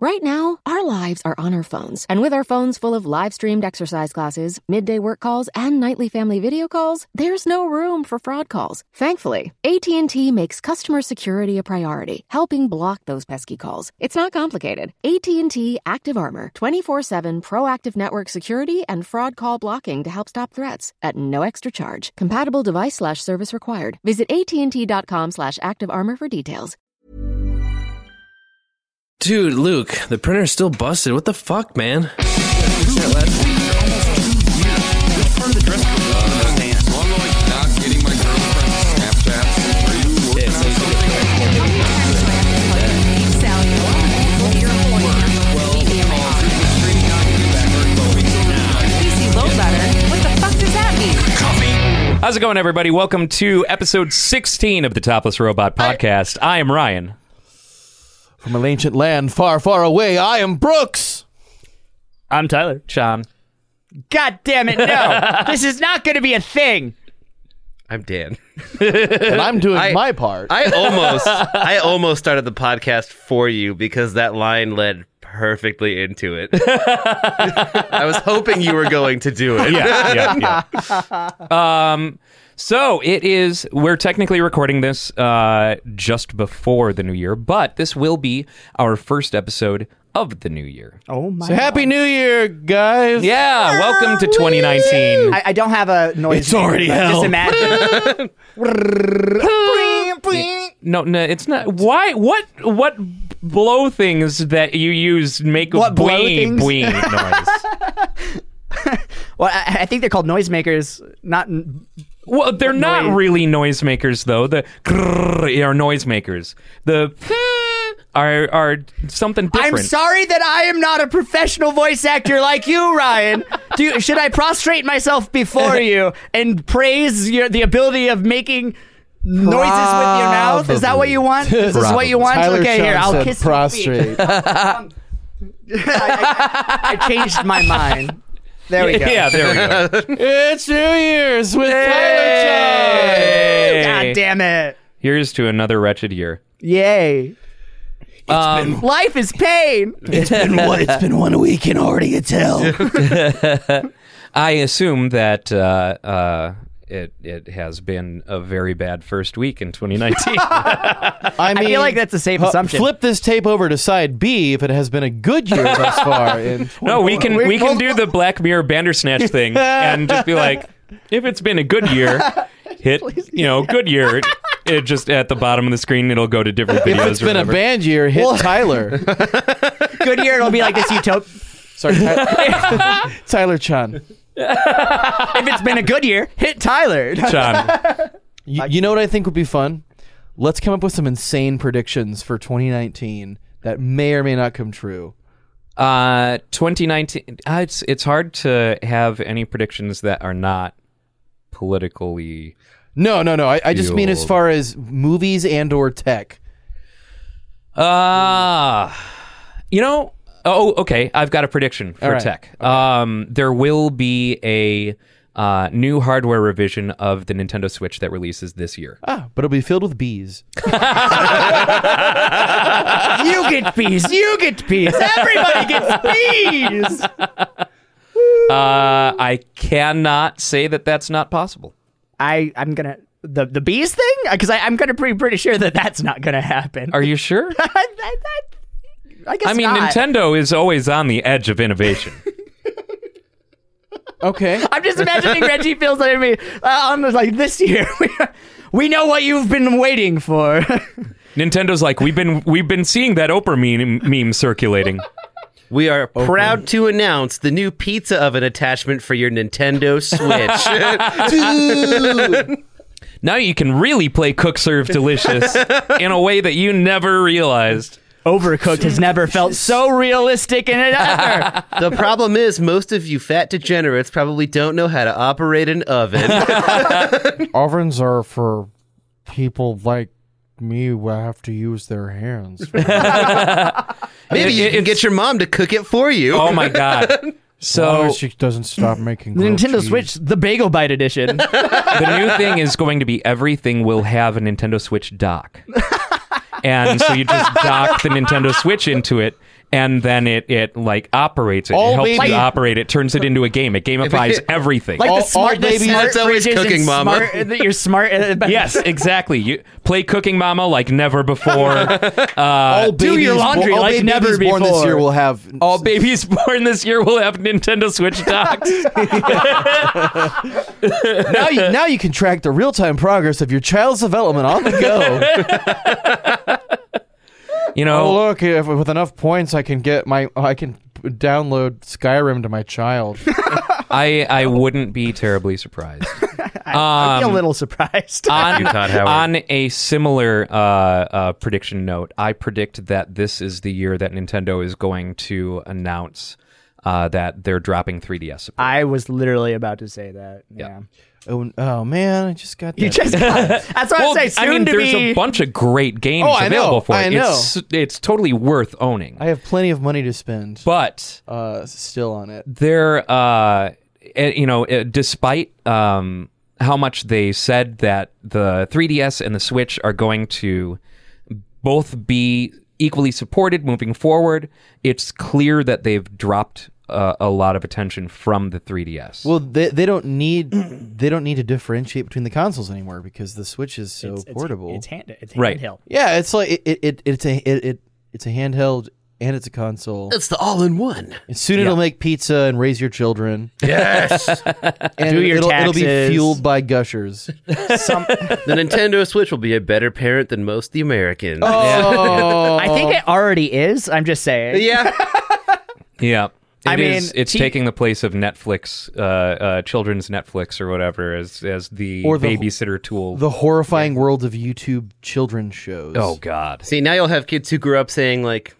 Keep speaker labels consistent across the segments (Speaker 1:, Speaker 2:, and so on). Speaker 1: Right now, our lives are on our phones, and with our phones full of live streamed exercise classes, midday work calls, and nightly family video calls, there's no room for fraud calls. Thankfully, AT&T makes customer security a priority, helping block those pesky calls. It's not complicated. AT&T Active Armor, 24/7 proactive network security and fraud call blocking to help stop threats at no extra charge. Compatible device slash service required. Visit AT&T.com/activearmor for details.
Speaker 2: Dude, Luke, the printer's still busted. What the fuck, man?
Speaker 3: PC low letter. What the fuck does that mean?
Speaker 4: How's it going, everybody? Welcome to episode 16 of the Topless Robot Podcast. I am Ryan.
Speaker 5: From an ancient land far, far away, I am Brooks.
Speaker 6: I'm Tyler.
Speaker 4: Sean.
Speaker 6: God damn it, no. this is not going to be a thing.
Speaker 7: I'm Dan.
Speaker 5: And I'm doing
Speaker 7: I-
Speaker 5: my part.
Speaker 7: I almost I almost started the podcast for you because that line led perfectly into it. I was hoping you were going to do it.
Speaker 4: Yeah, yeah, yeah. um, so it is, we're technically recording this uh, just before the new year, but this will be our first episode of the new year.
Speaker 6: Oh my.
Speaker 5: so happy New Year, guys!
Speaker 4: Yeah, welcome to 2019.
Speaker 6: I, I don't have a noise.
Speaker 5: It's already
Speaker 6: but
Speaker 5: hell.
Speaker 6: Just imagine.
Speaker 4: No, no, it's not. Why? What? What blow things that you use make
Speaker 6: What
Speaker 4: a
Speaker 6: blow
Speaker 4: boing,
Speaker 6: things?
Speaker 4: boing noise?
Speaker 6: well, I, I think they're called noisemakers. Not.
Speaker 4: Well, they're not
Speaker 6: noise-
Speaker 4: really noisemakers, though. The grrr are noisemakers. The are are something different.
Speaker 6: I'm sorry that I am not a professional voice actor like you, Ryan. Do you, should I prostrate myself before you and praise your the ability of making noises with your mouth? Is that what you want? Is this what you want?
Speaker 5: Tyler
Speaker 6: okay,
Speaker 5: Sean
Speaker 6: here I'll
Speaker 5: said
Speaker 6: kiss your feet.
Speaker 5: prostrate.
Speaker 6: I, I- I changed my mind. There we go.
Speaker 4: Yeah, there we go.
Speaker 5: it's New Year's with
Speaker 6: God damn it.
Speaker 4: Here's to another wretched year.
Speaker 6: Yay.
Speaker 4: Um,
Speaker 6: Life is pain.
Speaker 5: Tyler Jones. Been one- it's been one week and already it's hell.
Speaker 4: I assume that uh, uh, it it has been a very bad first week in 2019.
Speaker 5: I,
Speaker 6: I
Speaker 5: mean,
Speaker 6: feel like that's a safe
Speaker 5: uh,
Speaker 6: assumption.
Speaker 5: Flip this tape over to side B if it has been a good year thus far. In
Speaker 4: no, we can we
Speaker 6: We're-
Speaker 4: can do the Black Mirror Bandersnatch thing and just be like, if it's been a good year, hit you know good year. It, it just at the bottom of the screen, it'll go to different videos.
Speaker 5: If it's
Speaker 4: or
Speaker 5: been a
Speaker 4: whatever.
Speaker 5: band year, hit Tyler.
Speaker 6: Good year, it'll be like this utopia.
Speaker 5: Sorry, Ty- Tyler Chan.
Speaker 6: If it's been a good year, hit Tyler.
Speaker 4: Sean.
Speaker 5: You, you know what I think would be fun? Let's come up with some insane predictions for 2019 that may or may not come true.
Speaker 4: Uh, 2019. Uh, it's it's hard to have any predictions that are not politically.
Speaker 5: No, no, no. I, I just mean as
Speaker 4: Fueled.
Speaker 5: far as movies and or tech.
Speaker 4: Ah, you know. Oh, okay. I've got a prediction for
Speaker 5: All right.
Speaker 4: tech. Um, there will be a uh, new hardware revision of the Nintendo Switch that releases this year.
Speaker 5: Ah, but it'll be filled with bees.
Speaker 6: you get bees. You get bees. Everybody gets bees.
Speaker 4: Uh, I cannot say that that's not possible.
Speaker 6: I, I'm going to. The, the bees thing? Because I'm gonna pretty pretty sure that that's not gonna happen.
Speaker 4: Are you sure?
Speaker 6: I, I- I- I guess
Speaker 4: I mean,
Speaker 6: not.
Speaker 4: Nintendo is always on the edge of innovation.
Speaker 5: Okay.
Speaker 6: I'm just imagining Reggie feels like me. Uh, I'm just like this year. We, we know what you've been waiting for.
Speaker 4: Nintendo's like we've been we've been seeing that Oprah meme, meme circulating.
Speaker 7: We are proud to announce the new pizza oven attachment for your Nintendo Switch.
Speaker 4: Now you can really play cook serve delicious in a way that you never realized.
Speaker 6: Overcooked has never felt so realistic in it ever.
Speaker 7: the problem is most of you fat degenerates probably don't know how to operate an oven.
Speaker 8: ovens are for people like me who have to use their hands.
Speaker 7: Maybe you
Speaker 4: It-
Speaker 7: can get your mom to cook it for you.
Speaker 4: Oh my god.
Speaker 8: Oh,
Speaker 4: So
Speaker 8: she doesn't stop making
Speaker 6: The
Speaker 8: grilled
Speaker 6: Nintendo
Speaker 8: cheese.
Speaker 6: Switch, the Bagel Bite edition.
Speaker 4: the new thing is going to be everything will have a Nintendo Switch dock. And so you just dock the Nintendo Switch into it and then it it like operates it,
Speaker 5: All
Speaker 4: it helps
Speaker 5: baby-
Speaker 4: you operate it, turns it into a game. It gamifies everything.
Speaker 9: Like
Speaker 5: All-
Speaker 9: the smart, the
Speaker 5: all babies-
Speaker 9: smart
Speaker 7: That's always
Speaker 9: fridges and
Speaker 7: cooking, mama.
Speaker 6: uh,
Speaker 9: smart- that you're smart. about-
Speaker 4: yes, exactly. You play Cooking Mama like never before.
Speaker 5: all
Speaker 9: uh, do your
Speaker 5: babies
Speaker 9: laundry
Speaker 5: all
Speaker 9: like
Speaker 5: babies
Speaker 9: never
Speaker 5: born this
Speaker 9: before.
Speaker 5: year will have
Speaker 4: All babies born this year will have Nintendo Switch docks.
Speaker 5: now you, now you can track the real time progress of your child's development on the go.
Speaker 4: you
Speaker 8: Oh,
Speaker 4: know,
Speaker 8: look! If, with enough points, I can get my. I can p- download Skyrim to my child.
Speaker 4: I I wouldn't be terribly surprised.
Speaker 9: I'd be a little surprised.
Speaker 4: on,
Speaker 7: you, Todd Howard.
Speaker 4: on a similar uh, uh, prediction note, I predict that this is the year that Nintendo is going to announce uh, that they're dropping 3DS support.
Speaker 9: I was literally about to say that. Yeah.
Speaker 5: oh, oh, man, I just got that.
Speaker 9: You just that's what
Speaker 4: well,
Speaker 9: I'm saying. Soon
Speaker 4: I mean,
Speaker 9: to
Speaker 4: there's
Speaker 9: be
Speaker 4: a bunch of great games
Speaker 5: Oh, I
Speaker 4: available
Speaker 5: know,
Speaker 4: for
Speaker 5: I
Speaker 4: it. It's it's totally worth owning.
Speaker 5: I have plenty of money to spend.
Speaker 4: but
Speaker 5: uh, still on it.
Speaker 4: they're uh eh, you know eh, despite um how much they said that the 3DS and the Switch are going to both be equally supported moving forward, it's clear that they've dropped uh, a lot of attention from the 3DS.
Speaker 5: Well, they, they don't need they don't need to differentiate between the consoles anymore because the Switch is so
Speaker 9: it's, it's-
Speaker 5: portable.
Speaker 9: It's, hand, it's
Speaker 4: Right.
Speaker 9: handheld.
Speaker 5: yeah, it's like it, it, it it's a it, it it's a handheld and it's a console.
Speaker 7: It's the all in one.
Speaker 5: And soon it'll make pizza and raise your children.
Speaker 7: Yes.
Speaker 5: And
Speaker 9: Do your
Speaker 5: it'll, it'll be
Speaker 9: taxes.
Speaker 5: fueled by gushers.
Speaker 7: the Nintendo Switch will be a better parent than most of the Americans.
Speaker 5: Oh,
Speaker 9: I think it already is. I'm just saying.
Speaker 7: Yeah.
Speaker 4: yeah.
Speaker 9: I
Speaker 4: It is-
Speaker 9: mean,
Speaker 4: it's
Speaker 9: he-
Speaker 4: taking the place of Netflix, uh, uh, children's Netflix or whatever, as as the,
Speaker 5: Or the-
Speaker 4: babysitter tool.
Speaker 5: the horrifying world of YouTube children's shows.
Speaker 4: oh God!
Speaker 7: See, now you'll have kids who grew up saying, like,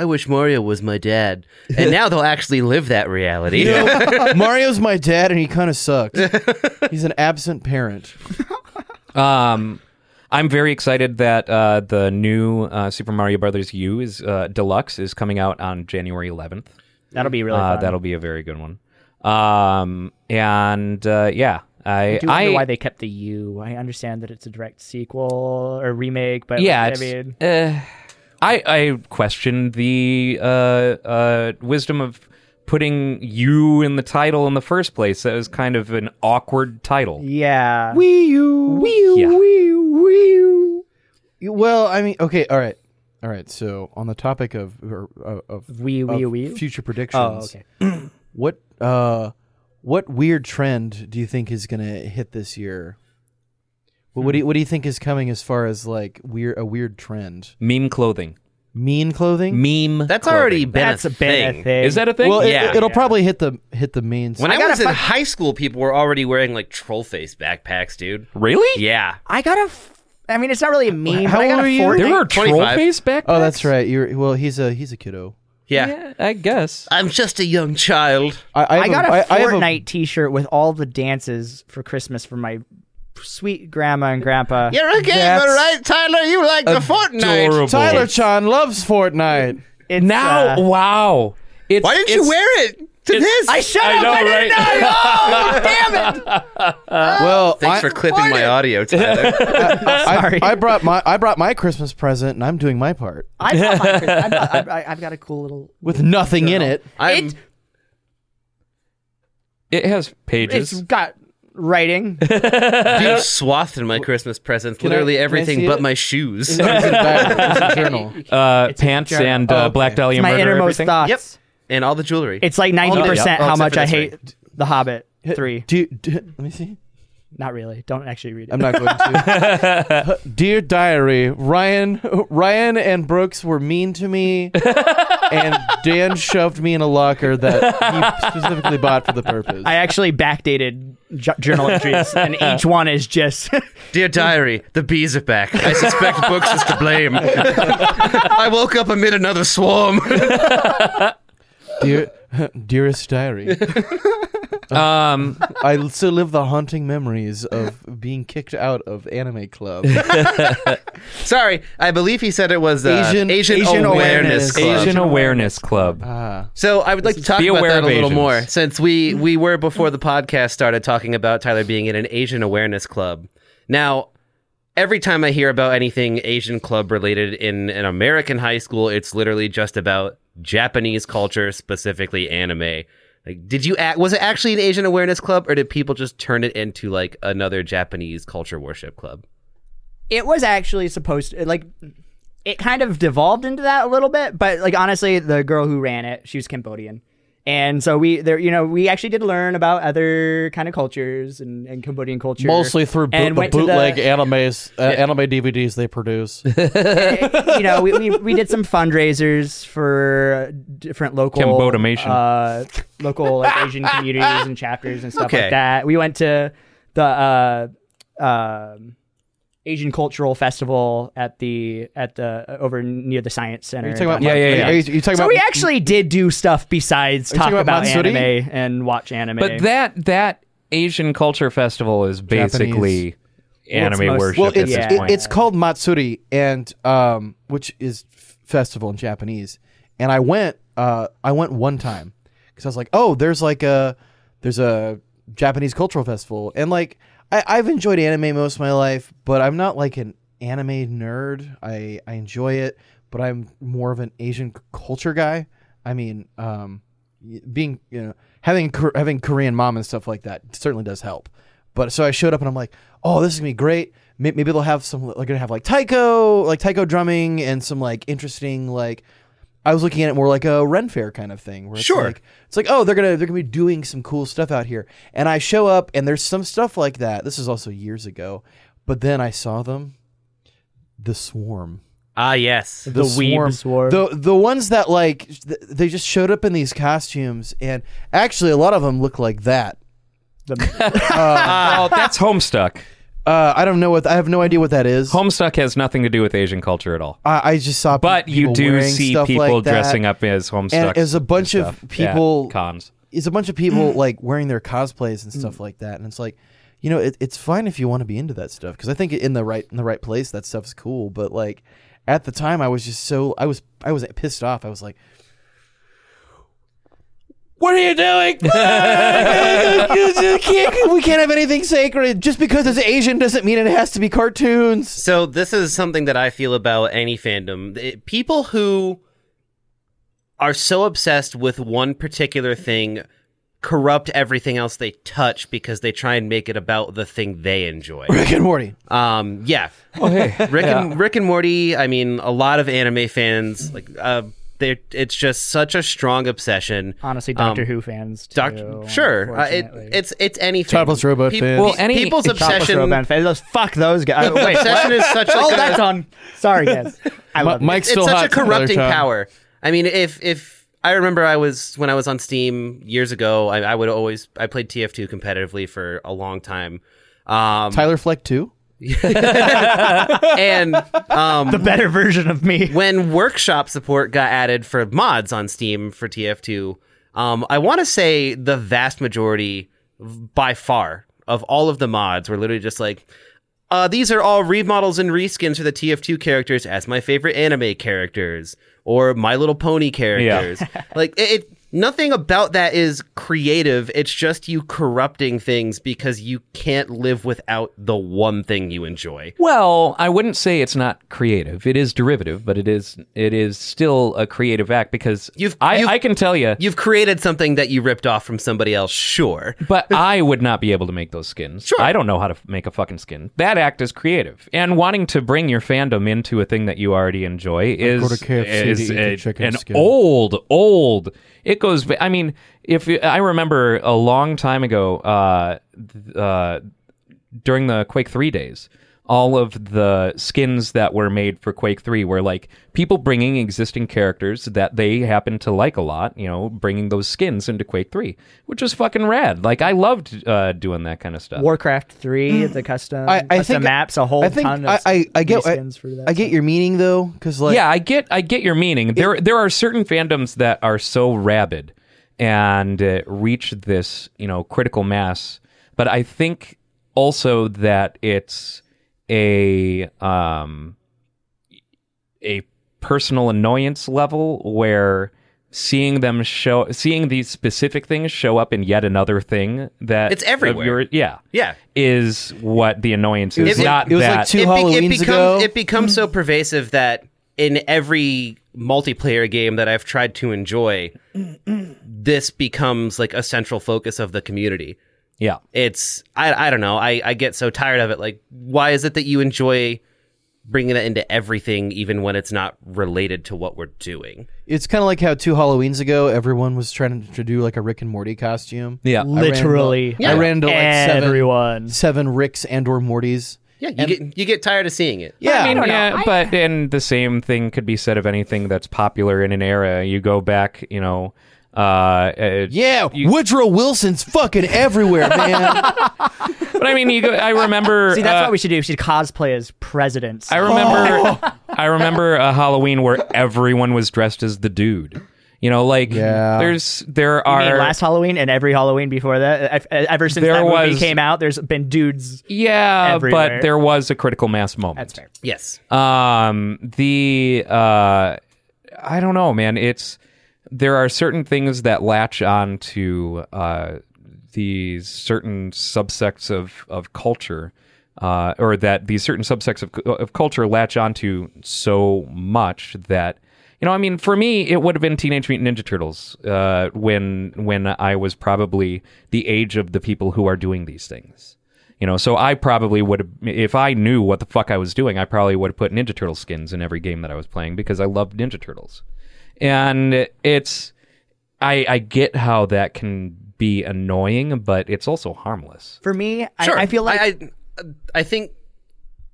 Speaker 7: I wish Mario was my dad. And now they'll actually live that reality.
Speaker 5: You know, Mario's my dad, and he kind of sucks. He's an absent parent.
Speaker 4: Um, I'm very excited that uh, the new uh, Super Mario Brothers U is uh, deluxe is coming out on January 11th.
Speaker 9: That'll be really
Speaker 4: Uh,
Speaker 9: fun.
Speaker 4: that'll be a very good one. Um, and uh, yeah, I
Speaker 9: I do wonder
Speaker 4: I
Speaker 9: why they kept the U. I understand that it's a direct sequel or remake, but
Speaker 4: yeah,
Speaker 9: like,
Speaker 4: it's,
Speaker 9: I mean,
Speaker 4: eh, I I question the uh, uh, wisdom of putting you in the title in the first place. That was kind of an awkward title.
Speaker 9: yeah.
Speaker 4: Yeah.
Speaker 5: Well, I mean, okay, all right, all right. So on the topic of or, uh, of,
Speaker 9: Wii,
Speaker 5: of
Speaker 9: Wii, Wii. oh,
Speaker 5: future predictions,
Speaker 9: okay.
Speaker 5: what uh, what weird trend do you think is going to hit this year? What,
Speaker 9: Hmm.
Speaker 5: what do you, what do you think is coming as far as like weird a weird trend?
Speaker 4: Meme clothing.
Speaker 5: Mean clothing.
Speaker 4: Meme.
Speaker 7: That's
Speaker 4: clothing.
Speaker 7: already been,
Speaker 9: That's
Speaker 7: a,
Speaker 9: a been
Speaker 7: thing.
Speaker 9: a thing.
Speaker 4: Is that a thing?
Speaker 5: Well,
Speaker 7: Yeah.
Speaker 5: it, it'll probably hit the hit the main.
Speaker 7: When
Speaker 5: I,
Speaker 7: I, was in high school, people were already wearing like troll face backpacks, dude.
Speaker 4: really?
Speaker 7: Yeah.
Speaker 9: I gotta. F- I mean, it's not really a meme.
Speaker 5: How
Speaker 9: but I
Speaker 5: old
Speaker 9: gotta
Speaker 5: were you?
Speaker 9: forward-
Speaker 4: There were troll
Speaker 7: 25.
Speaker 4: face back.
Speaker 5: oh, that's right. You're well. He's a he's a kiddo.
Speaker 7: Yeah.
Speaker 4: Yeah, I guess.
Speaker 7: I'm just a young child.
Speaker 5: I,
Speaker 9: I got a
Speaker 5: a I- I have
Speaker 9: Fortnite T-shirt with all the dances for Christmas for my sweet grandma and grandpa.
Speaker 7: You're a gamer,
Speaker 5: That's
Speaker 7: right, Tyler? You like the Fortnite.
Speaker 5: Tyler Chan loves Fortnite.
Speaker 9: It's,
Speaker 4: Now,
Speaker 9: uh,
Speaker 4: wow. It's,
Speaker 7: Why didn't you
Speaker 4: it's-
Speaker 7: wear it to this?
Speaker 9: I shut
Speaker 4: I
Speaker 9: up.
Speaker 4: know,
Speaker 9: I
Speaker 4: right?
Speaker 9: didn't know. Oh, damn it! Uh,
Speaker 5: Well,
Speaker 7: Thanks
Speaker 5: I-
Speaker 7: for clipping my audio, Tyler.
Speaker 5: I, I brought my I brought my Christmas present and I'm doing my part
Speaker 9: I bought my Christmas- I bought- I- I- I've got a cool little.
Speaker 5: with nothing in it.
Speaker 7: I'm,
Speaker 4: It has
Speaker 9: It's
Speaker 4: pages.
Speaker 9: got writing.
Speaker 7: dude, swathed in my Christmas presents.
Speaker 5: I-
Speaker 7: Literally
Speaker 5: can I
Speaker 7: everything
Speaker 5: see
Speaker 7: but
Speaker 5: it?
Speaker 7: my shoes.
Speaker 5: It's in fact- it's a journal.
Speaker 4: Uh, pants
Speaker 9: journal.
Speaker 4: and uh, Black Dahlia
Speaker 9: my
Speaker 4: murder.
Speaker 9: innermost
Speaker 4: everything.
Speaker 9: thoughts.
Speaker 7: Yep. And all the jewelry.
Speaker 9: It's like ninety percent
Speaker 7: Oh,
Speaker 9: how
Speaker 7: except
Speaker 9: much
Speaker 7: for
Speaker 9: I
Speaker 7: this
Speaker 9: hate The Hobbit three.
Speaker 5: Do, you- do- let me see.
Speaker 9: Not really. Don't actually read it.
Speaker 5: I'm not going to. Dear diary, Ryan, Ryan and Brooks were mean to me, and Dan shoved me in a locker that he specifically bought for the purpose.
Speaker 9: I actually backdated ju- journal entries, and each one is just
Speaker 7: Dear diary, the bees are back. I suspect Books is to blame. I woke up amid another swarm.
Speaker 5: Dear, dearest diary,
Speaker 4: Um,
Speaker 5: I still live the haunting memories of being kicked out of anime club.
Speaker 7: Sorry, I believe he said it was uh,
Speaker 5: Asian-
Speaker 7: Asian,
Speaker 5: Asian Awareness
Speaker 7: Awareness, Club.
Speaker 4: Asian Awareness Club.
Speaker 7: So I would like to talk
Speaker 4: Be
Speaker 7: about
Speaker 4: aware of
Speaker 7: that a little
Speaker 4: Asians.
Speaker 7: more, since we we were before the podcast started talking about Tyler being in an Asian awareness club. Now, every time I hear about anything Asian club related in an American high school, it's literally just about Japanese culture, specifically anime. Like, did you act? Was it actually an Asian awareness club, or did people just turn it into like another Japanese culture worship club?
Speaker 9: it was actually supposed to like it kind of devolved into that a little bit but like honestly the girl who ran it she was cambodian and so we there you know we actually did learn about other kind of cultures and, and cambodian culture
Speaker 5: Mostly through boot,
Speaker 9: And
Speaker 5: the
Speaker 9: went to
Speaker 5: bootleg
Speaker 9: the-
Speaker 5: animes, uh, anime DVDs they produce.
Speaker 9: you know we, we, we did some fundraisers for different local
Speaker 4: Cambodamation.
Speaker 9: uh, local like, asian communities and chapters and stuff
Speaker 7: Okay.
Speaker 9: like that we went to the uh, um asian cultural festival at the at the uh, over near the science center
Speaker 5: Are you talking about
Speaker 4: Yeah, yeah, yeah.
Speaker 5: Are you, are you talking
Speaker 9: so
Speaker 5: about
Speaker 9: we actually did do stuff besides
Speaker 5: you
Speaker 9: talk
Speaker 5: talking
Speaker 9: about,
Speaker 5: about Matsuri?
Speaker 9: anime and watch anime.
Speaker 4: But that that Asian culture festival is basically anime
Speaker 9: most-
Speaker 4: worship
Speaker 9: Well,
Speaker 5: well,
Speaker 4: at
Speaker 5: it's
Speaker 4: this
Speaker 9: yeah.
Speaker 5: it-
Speaker 4: point.
Speaker 5: it's called Matsuri, and um, which is f- festival in Japanese. And I went, uh, I went one time because I was like, oh, there's like a there's a Japanese cultural festival, and like I, I've enjoyed anime most of my life, but I'm not like an anime nerd. I I enjoy it, but I'm more of an Asian c- culture guy. I mean, um, y- being you know having Kor- having Korean mom and stuff like that certainly does help. But so I showed up and I'm like, oh, this is gonna be great. May- Maybe they'll have some. They're gonna have like taiko, like taiko drumming, and some like interesting like. I was looking at it more like a Ren Fair kind of thing. Where it's
Speaker 7: Sure.
Speaker 5: Like, it's like, oh, they're gonna they're gonna be doing some cool stuff out here, and I show up and there's some stuff like that. This is also years ago, but then I saw them, the swarm
Speaker 7: Ah, yes.
Speaker 5: the,
Speaker 9: weeb
Speaker 5: swarm.
Speaker 9: swarm.
Speaker 5: the the ones that like th- they just showed up in these costumes, and actually a lot of them look like that.
Speaker 4: oh, that's Homestuck.
Speaker 5: Uh, I don't know what I have no idea what that is.
Speaker 4: Homestuck has nothing to do with Asian culture at all.
Speaker 5: I, I just saw, pe-
Speaker 4: But you
Speaker 5: people
Speaker 4: do
Speaker 5: wearing
Speaker 4: see
Speaker 5: stuff
Speaker 4: people
Speaker 5: like that.
Speaker 4: dressing up as Homestuck.
Speaker 5: and there's a bunch of
Speaker 4: stuff. Yeah,
Speaker 5: people
Speaker 4: cons.
Speaker 5: It's a bunch of people like wearing their cosplays and stuff like that, and it's like, you know, it, it's fine if you want to be into that stuff because I think in the right in the right place that stuff's cool. But like at the time, I was just so I was I was pissed off. I was like, what are you doing? You can't- we can't have anything sacred just because it's Asian doesn't mean it has to be cartoons.
Speaker 7: So this is something that I feel about any fandom. It- people who are so obsessed with one particular thing corrupt everything else they touch because they try and make it about the thing they enjoy.
Speaker 5: Rick and Morty.
Speaker 7: Um, yeah. Rick and Rick and Morty. I mean, a lot of anime fans like uh, they. It's just such a strong obsession.
Speaker 9: honestly,
Speaker 7: Um,
Speaker 9: Doctor Who fans. Too,
Speaker 7: Doctor, sure. Uh, it,
Speaker 9: unfortunately.
Speaker 7: it's it's anything.
Speaker 5: Topless robot
Speaker 7: Peop-
Speaker 5: fans.
Speaker 4: Well, any-
Speaker 7: people's
Speaker 4: Topless
Speaker 9: Top
Speaker 7: obsession.
Speaker 9: Row Band fans. Those- Fuck those guys. Oh,
Speaker 7: People's
Speaker 9: Wait,
Speaker 7: obsession is such. Like
Speaker 9: oh,
Speaker 7: a-
Speaker 9: that's on. Sorry, guys. I love
Speaker 5: Mike's
Speaker 7: it's
Speaker 5: still
Speaker 7: such
Speaker 5: hot.
Speaker 7: a
Speaker 5: It's another
Speaker 7: corrupting
Speaker 5: time.
Speaker 7: power. I mean, if if I remember, I was when I was on Steam years ago. I, I would always I played TF2 competitively for a long time. Um,
Speaker 5: Tyler Fleck too.
Speaker 7: and um,
Speaker 9: it. better version of me.
Speaker 7: when workshop support got added for mods on Steam for TF2, um, I want to say the vast majority, by far, of all of the mods were literally just like, uh, these are all remodels and reskins for the TF2 characters as my favorite anime characters or My Little Pony characters. like it, it, nothing about that is creative. It's just you corrupting things because you can't live without the one thing you enjoy.
Speaker 4: Well, I wouldn't say it's not creative. It is derivative, but it is it is still a creative act because
Speaker 7: You've-
Speaker 4: I,
Speaker 7: you've-
Speaker 4: I can tell you,
Speaker 7: You've created something that you ripped off from somebody else, sure.
Speaker 4: but I would not be able to make those skins. Sure. I don't know how to f- make a fucking skin. That act is creative. And wanting to bring your fandom into a thing that you already enjoy is,
Speaker 8: to KFC to
Speaker 4: is
Speaker 8: eat the
Speaker 4: a-
Speaker 8: chicken
Speaker 4: an
Speaker 8: skin.
Speaker 4: old, old. It goes, ba- I mean, if you, I remember a long time ago, uh, th- uh, during the Quake 3 days, all of the skins that were made for Quake 3 were like people bringing existing characters that they happen to like a lot, you know, bringing those skins into Quake 3, which was fucking rad. Like, I loved uh, doing that kind of stuff.
Speaker 9: Warcraft three, the custom,
Speaker 5: I, I
Speaker 9: custom
Speaker 5: think
Speaker 9: maps, Um, a whole
Speaker 5: I think
Speaker 9: ton
Speaker 5: I,
Speaker 9: of
Speaker 5: I, I get I,
Speaker 9: skins for that.
Speaker 5: I get your meaning though, because like
Speaker 4: yeah, I get I get your meaning. There there are certain fandoms that are so rabid and uh, reach this, you know, critical mass, but I think also that it's a um a personal annoyance level where seeing them show seeing these specific things show up in yet another thing that
Speaker 7: It's
Speaker 4: of
Speaker 7: everywhere.
Speaker 4: your- yeah.
Speaker 7: Yeah.
Speaker 4: Is what the annoyance is.
Speaker 5: was
Speaker 7: like-
Speaker 4: not
Speaker 5: it was like
Speaker 4: that
Speaker 5: two Halloweens
Speaker 7: becomes
Speaker 5: ago.
Speaker 7: it becomes so pervasive that in every multiplayer game that I've tried to enjoy, this becomes like a central focus of the community.
Speaker 4: Yeah.
Speaker 7: It's I I don't know. I I get so tired of it. Like, why is it that you enjoy bringing that into everything, even when it's not related to what we're doing?
Speaker 5: It's kind of like how two Halloweens ago, everyone was trying to do like a Rick and Morty costume.
Speaker 4: Yeah.
Speaker 9: Literally.
Speaker 5: I ran into like seven,
Speaker 9: Everyone.
Speaker 5: seven Ricks and or Mortys.
Speaker 7: Yeah, you get you get tired of seeing it.
Speaker 5: Yeah,
Speaker 4: I mean, yeah, but and the same thing could be said of anything that's popular in an era. You go back, you know, uh, uh,
Speaker 5: yeah. Woodrow Wilson's fucking everywhere, man.
Speaker 4: But I mean, you go, I remember.
Speaker 9: See, that's
Speaker 4: uh,
Speaker 9: what we should do. We should cosplay as presidents.
Speaker 4: I remember. I remember a Halloween where everyone was dressed as the dude. You know, like
Speaker 5: Yeah.
Speaker 4: there's there
Speaker 9: I mean,
Speaker 4: are
Speaker 9: last Halloween and every Halloween before that, I've- uh, ever since
Speaker 4: There
Speaker 9: that movie
Speaker 4: was-
Speaker 9: came out, there's been dudes.
Speaker 4: yeah,
Speaker 9: everywhere.
Speaker 4: but there was a critical mass moment.
Speaker 9: That's fair.
Speaker 7: Yes.
Speaker 4: Um, the uh, I don't know, man. It's there are certain things that latch on to uh, these certain subsects of of culture, uh, or that these certain subsects of of culture latch onto so much that. You know, I mean, for me, it would have been Teenage Mutant Ninja Turtles uh, when when I was probably the age of the people who are doing these things. You know, so I probably would have, if I knew what the fuck I was doing, I probably would have put Ninja Turtle skins in every game that I was playing because I loved Ninja Turtles. And it's, I, I get how that can be annoying, but it's also harmless.
Speaker 9: For me,
Speaker 7: Sure.
Speaker 9: I, I feel like
Speaker 7: I, I I think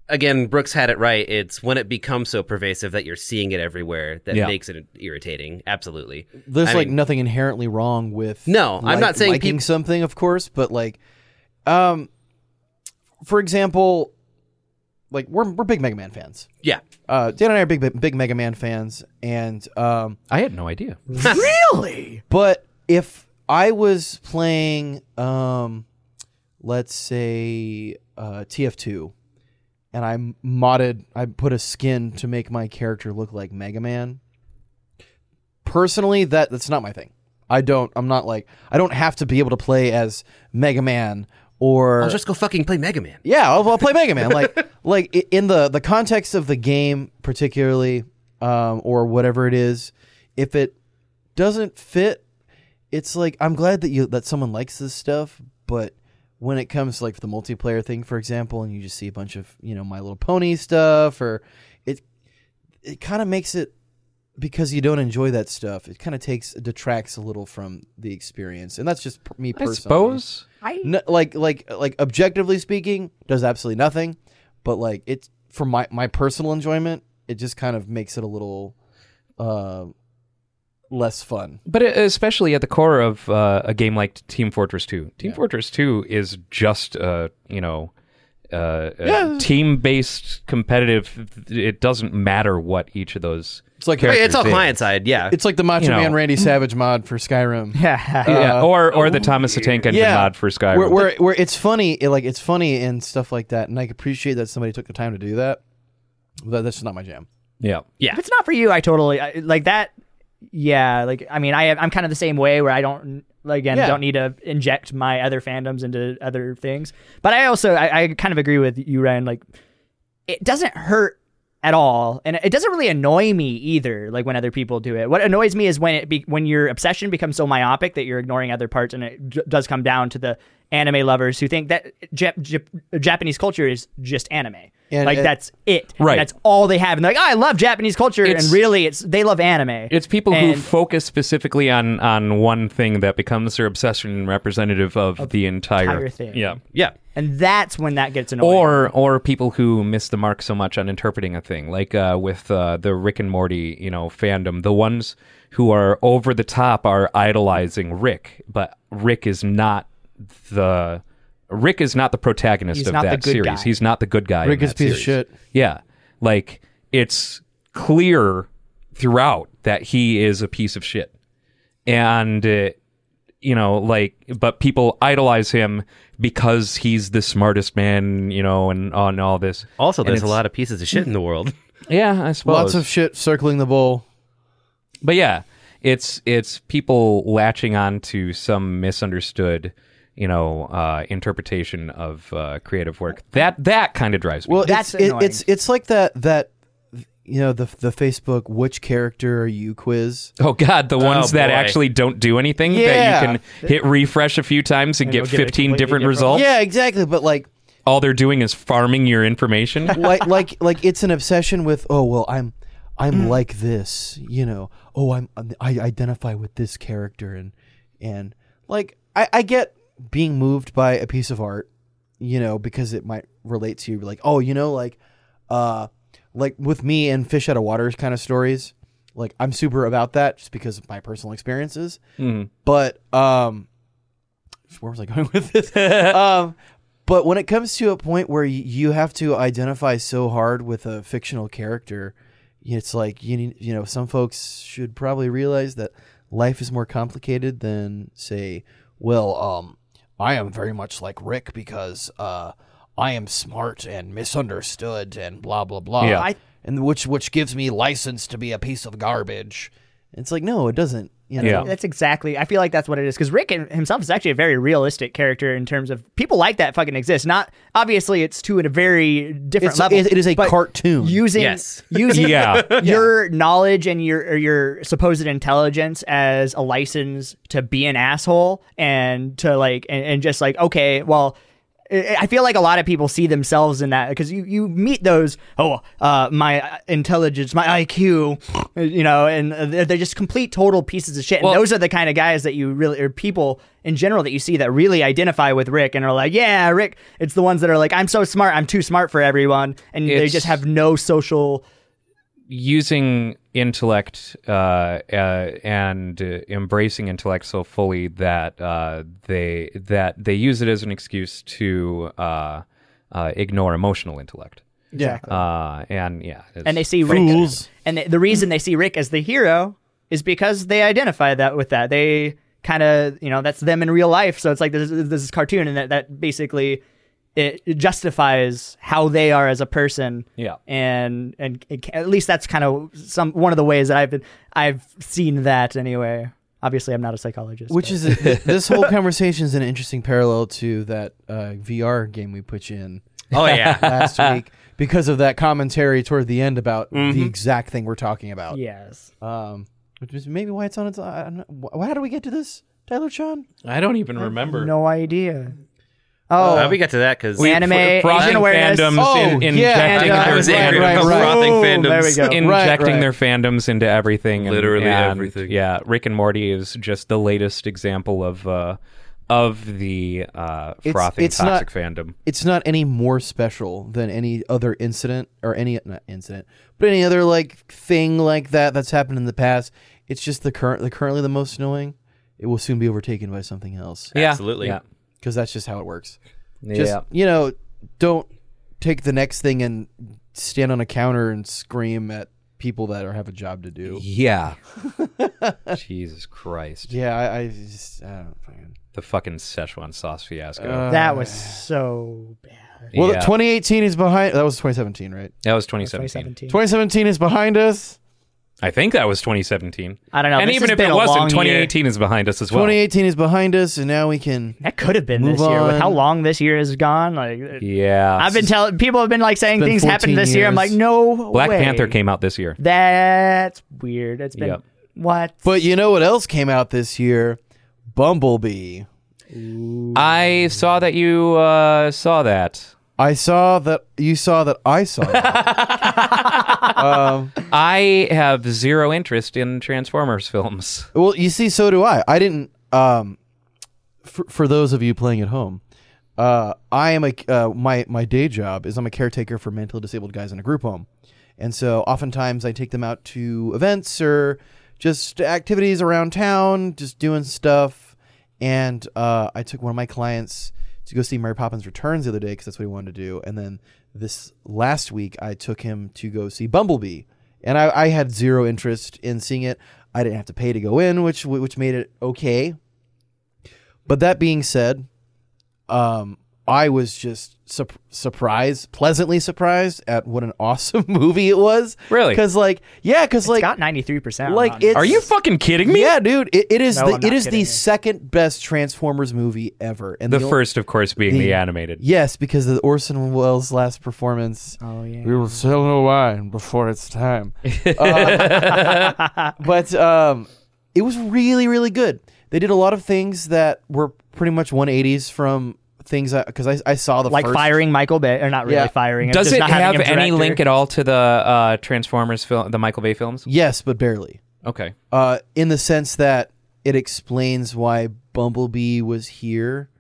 Speaker 7: again Brooks had it right. It's when it becomes so pervasive that you're seeing it everywhere that
Speaker 4: Yeah.
Speaker 7: makes it irritating. Absolutely.
Speaker 5: There's
Speaker 7: I
Speaker 5: like
Speaker 7: mean-
Speaker 5: nothing inherently wrong with
Speaker 7: No, I'm
Speaker 5: like-
Speaker 7: not saying
Speaker 5: liking
Speaker 7: peop-
Speaker 5: something, of course, but like, um, for example, like we're we're big Mega Man fans.
Speaker 7: Yeah.
Speaker 5: Uh, Dan and I are big big Mega Man fans, and um,
Speaker 4: I had no idea.
Speaker 9: really.
Speaker 5: But if I was playing, um, let's say uh, TF2, and I modded, I put a skin to make my character look like Mega Man. Personally, that that's not my thing. I don't. I'm not like. I don't have to be able to play as Mega Man or
Speaker 7: I'll just go fucking play Mega Man.
Speaker 5: yeah, I'll, I'll play Mega Man. Like, like i- in the the context of the game, particularly, um, or whatever it is, if it doesn't fit, it's like I'm glad that you that someone likes this stuff, but when it comes like the multiplayer thing, for example, and you just see a bunch of you know My Little Pony stuff, or it it kind of makes it because you don't enjoy that stuff. It kind of takes detracts a little from the experience, and that's just p- me
Speaker 4: I
Speaker 5: personally
Speaker 4: suppose.
Speaker 5: no, like like like objectively speaking does absolutely nothing but like it's for my my personal enjoyment it just kind of makes it a little uh less fun
Speaker 4: But it- especially at the core of uh, a game like Team Fortress 2. Team Fortress 2 is just, uh, you know, uh,
Speaker 5: Yeah.
Speaker 4: team based competitive. It doesn't matter what each of those.
Speaker 5: it's like
Speaker 7: Hey, it's all
Speaker 4: Characters, yeah.
Speaker 7: client side. Yeah.
Speaker 5: it's like the macho
Speaker 4: You know.
Speaker 5: man randy savage mod for skyrim
Speaker 9: Yeah.
Speaker 4: yeah, or or
Speaker 9: oh,
Speaker 4: the Thomas the Tank Engine
Speaker 5: yeah.
Speaker 4: mod for Skyrim.
Speaker 5: where, where, where it's funny it, like it's funny and stuff like that and i appreciate that somebody took the time to do that but that's just not my jam
Speaker 4: yeah,
Speaker 9: If it's not for you, I totally I, like that. Yeah, like I mean, I I'm kind of the same way where I don't like, again
Speaker 5: Yeah.
Speaker 9: don't need to inject my other fandoms into other things. But I also I, I kind of agree with you, Ryan. Like it doesn't hurt at all, and it doesn't really annoy me either. Like when other people do it, what annoys me is when it be, when your obsession becomes so myopic that you're ignoring other parts, and it j- does come down to the anime lovers who think that Jap- Jap- Japanese culture is just anime.
Speaker 5: And-
Speaker 9: like
Speaker 5: and-
Speaker 9: that's it.
Speaker 4: Right.
Speaker 9: That's all they have. And they're like, oh, I love Japanese culture.
Speaker 4: It's-
Speaker 9: and really, it's they love anime.
Speaker 4: it's people who
Speaker 9: And-
Speaker 4: focus specifically on on one thing that becomes their obsession and representative of, the entire,
Speaker 9: entire thing.
Speaker 4: Yeah,
Speaker 7: yeah.
Speaker 9: and that's when that gets annoying.
Speaker 4: or or people who miss the mark so much on interpreting a thing, like uh, with uh, the Rick and Morty, you know, fandom. The ones who are over the top are idolizing Rick, but Rick is not the Rick is not the protagonist
Speaker 9: He's
Speaker 4: of
Speaker 9: not the
Speaker 4: that
Speaker 9: good
Speaker 4: series.
Speaker 9: guy.
Speaker 4: He's not the good guy.
Speaker 5: Rick
Speaker 4: in
Speaker 5: is
Speaker 4: that
Speaker 5: a piece of
Speaker 4: series.
Speaker 5: shit.
Speaker 4: Yeah, like it's clear throughout that he is a piece of shit, and. Uh, you know, like, but people idolize him because he's the smartest man, you know, and on all this.
Speaker 7: Also,
Speaker 4: And
Speaker 7: there's a
Speaker 4: it's-
Speaker 7: lot of pieces of shit in the world.
Speaker 4: Yeah, I suppose.
Speaker 5: lots of shit circling the bowl
Speaker 4: but yeah, it's it's people latching on to some misunderstood, you know, uh, interpretation of uh, creative work. That that kind of drives me.
Speaker 5: Well,
Speaker 9: That's
Speaker 5: it's, it,
Speaker 9: annoying.
Speaker 5: it's it's like that that you know the the Facebook which character are you quiz.
Speaker 4: Oh God, the ones that
Speaker 7: boy.
Speaker 4: actually don't do anything
Speaker 5: Yeah.
Speaker 4: that you can hit refresh a few times and, get
Speaker 6: you'll get a
Speaker 4: 15
Speaker 6: completely
Speaker 4: different,
Speaker 6: different-
Speaker 4: results.
Speaker 5: Yeah, exactly. But like
Speaker 4: All they're doing is farming your information.
Speaker 5: like like like it's an obsession with oh well I'm I'm like this you know oh I'm I identify with this character and and like I, I get being moved by a piece of art you know because it might relate to you like oh you know like uh like with me and fish out of water kind of stories like I'm super about that just because of my personal experiences but um where was I going with this um but when it comes to a point where y- you have to identify so hard with a fictional character, it's like you need, you know some folks should probably realize that life is more complicated than say, well, um, I am very much like Rick because uh, I am smart and misunderstood and blah blah blah,
Speaker 4: Yeah.
Speaker 5: I- and which which gives me license to be a piece of garbage. It's like no, it doesn't. You know?
Speaker 4: Yeah.
Speaker 6: That's exactly. I feel like that's what it is because Rick in- himself is actually a very realistic character in terms of people like that fucking exist. Not obviously, it's to a very different
Speaker 5: It's-
Speaker 6: level.
Speaker 5: it- it is a
Speaker 6: but
Speaker 5: cartoon.
Speaker 6: Using
Speaker 7: Yes.
Speaker 6: using
Speaker 4: Yeah.
Speaker 6: your knowledge and your or your supposed intelligence as a license to be an asshole and to like and, and just like okay, well. I I feel like a lot of people see themselves in that because you, you meet those oh uh, my intelligence my IQ you know and they're, they're just complete total pieces of shit and
Speaker 4: Well-
Speaker 6: those are the kind of guys that you really or people in general that you see that really identify with Rick and are like yeah Rick it's the ones that are like I'm so smart I'm too smart for everyone and they
Speaker 4: It's-
Speaker 6: just have no social
Speaker 4: Using intellect uh, uh, and uh, embracing intellect so fully that uh, they that they use it as an excuse to uh, uh, ignore emotional intellect.
Speaker 5: yeah.
Speaker 4: Uh, and yeah, it's-
Speaker 6: and they see Rick and the, the reason they see Rick as the hero is because they identify that with that they kind of you know that's them in real life so it's like this, this is cartoon and that, that basically it, it justifies how they are as a person
Speaker 4: Yeah.
Speaker 6: and and it, ca- at least that's kind of some one of the ways that I've been I've seen that anyway obviously I'm not a psychologist
Speaker 5: Which
Speaker 6: but-
Speaker 5: is a, th- this whole conversation is an interesting parallel to that uh, VR game we put you in
Speaker 7: Oh yeah.
Speaker 5: last week because of that commentary toward the end about the exact thing we're talking about.
Speaker 6: yes
Speaker 5: Um, which is maybe why it's on its. I don't know. Wh- How do we get to this, Tyler Sean?
Speaker 4: I don't even remember.
Speaker 6: no idea oh
Speaker 7: Uh, we got to that because
Speaker 4: We- fr-
Speaker 6: anime
Speaker 4: frothing
Speaker 6: Asian awareness
Speaker 4: fandoms in,
Speaker 5: Oh,
Speaker 4: injecting
Speaker 5: yeah, and, uh,
Speaker 4: their
Speaker 7: I was
Speaker 5: Right,
Speaker 7: angry
Speaker 5: right,
Speaker 7: about
Speaker 5: right.
Speaker 7: frothing fandoms.
Speaker 6: Oh, there we go
Speaker 4: injecting
Speaker 5: Right, right.
Speaker 4: their fandoms into everything, and-
Speaker 7: Literally
Speaker 4: and,
Speaker 7: everything.
Speaker 4: Yeah, Rick and Morty is just the latest example of uh, of the uh,
Speaker 5: It's-
Speaker 4: frothing
Speaker 5: it's
Speaker 4: toxic
Speaker 5: not-
Speaker 4: fandom.
Speaker 5: It's not any more special than any other incident or any not incident, but any other like thing like that that's happened in the past. It's just the current, the currently the most annoying. It will soon be overtaken by something else.
Speaker 4: Yeah,
Speaker 7: Absolutely.
Speaker 4: Yeah.
Speaker 5: because that's just how it works. Just
Speaker 4: Yeah.
Speaker 5: you know, don't take the next thing and stand on a counter and scream at people that are, have a job to do.
Speaker 4: yeah. Jesus Christ.
Speaker 5: Yeah, I, I just I don't fucking.
Speaker 4: The fucking Szechuan sauce fiasco.
Speaker 5: Uh,
Speaker 6: that was so bad
Speaker 5: Well,
Speaker 4: Yeah.
Speaker 5: 2018 is behind. That was 2017, right?
Speaker 4: that was 2017.
Speaker 6: 2017
Speaker 5: 2017 is behind us.
Speaker 4: I think that was 2017.
Speaker 6: I don't know.
Speaker 4: And
Speaker 6: This
Speaker 4: even
Speaker 6: has
Speaker 4: if
Speaker 6: been
Speaker 4: it
Speaker 6: a long
Speaker 4: wasn't,
Speaker 6: year.
Speaker 4: 2018 is behind us as well.
Speaker 5: 2018 is behind us, and now we can.
Speaker 6: That could have been
Speaker 5: Move
Speaker 6: this year. With how
Speaker 5: on.
Speaker 6: long this year has gone, like it-
Speaker 4: Yeah.
Speaker 6: I've been telling people have been like saying
Speaker 5: been
Speaker 6: things happened
Speaker 5: 14
Speaker 6: this year. I'm
Speaker 5: years.
Speaker 6: like, no
Speaker 4: Black
Speaker 6: way.
Speaker 4: Panther came out this year.
Speaker 6: That's weird. It's been
Speaker 4: Yep.
Speaker 6: what?
Speaker 5: But you know what else came out this year? Bumblebee.
Speaker 4: I saw that you uh, saw that.
Speaker 5: I saw that you saw that I saw. That. um,
Speaker 4: I have zero interest in Transformers films.
Speaker 5: Well, you see, so do I. I didn't. Um, for, for those of you playing at home, uh, I am a uh, my my day job is I'm a caretaker for mentally disabled guys in a group home, and so oftentimes I take them out to events or just activities around town, just doing stuff. And uh, I took one of my clients to go see Mary Poppins Returns the other day because that's what he wanted to do. And then this last week, I took him to go see Bumblebee, and I, I had zero interest in seeing it. I didn't have to pay to go in, which which made it okay. But that being said, um, I was just su- surprised, pleasantly surprised at what an awesome movie it was.
Speaker 4: Really?
Speaker 5: Because like, yeah, because like,
Speaker 9: got 93%. on
Speaker 5: like
Speaker 9: Rotten.
Speaker 5: it's,
Speaker 4: Are you fucking kidding me?
Speaker 5: Yeah, dude, it, it is
Speaker 9: No, I'm
Speaker 5: the,
Speaker 9: not
Speaker 5: it is the
Speaker 9: kidding you.
Speaker 5: second best Transformers movie ever, and
Speaker 4: The
Speaker 5: ol-
Speaker 4: first, of course, being the animated.
Speaker 5: Yes, because of Orson Welles' last performance.
Speaker 9: oh, yeah.
Speaker 8: We will sell no wine before it's time.
Speaker 5: Uh, but um, it was really really good. They did a lot of things that were pretty much 180s from things because I, I saw the
Speaker 9: Like
Speaker 5: first-
Speaker 9: firing Michael Bay, or not really
Speaker 5: Yeah.
Speaker 9: firing him.
Speaker 4: Does
Speaker 9: just
Speaker 4: it
Speaker 9: not
Speaker 4: have
Speaker 9: having him
Speaker 4: any
Speaker 9: director.
Speaker 4: link at all to the uh, Transformers film, the Michael Bay films?
Speaker 5: Yes, but barely.
Speaker 4: Okay.
Speaker 5: Uh, in the sense that it explains why Bumblebee was here.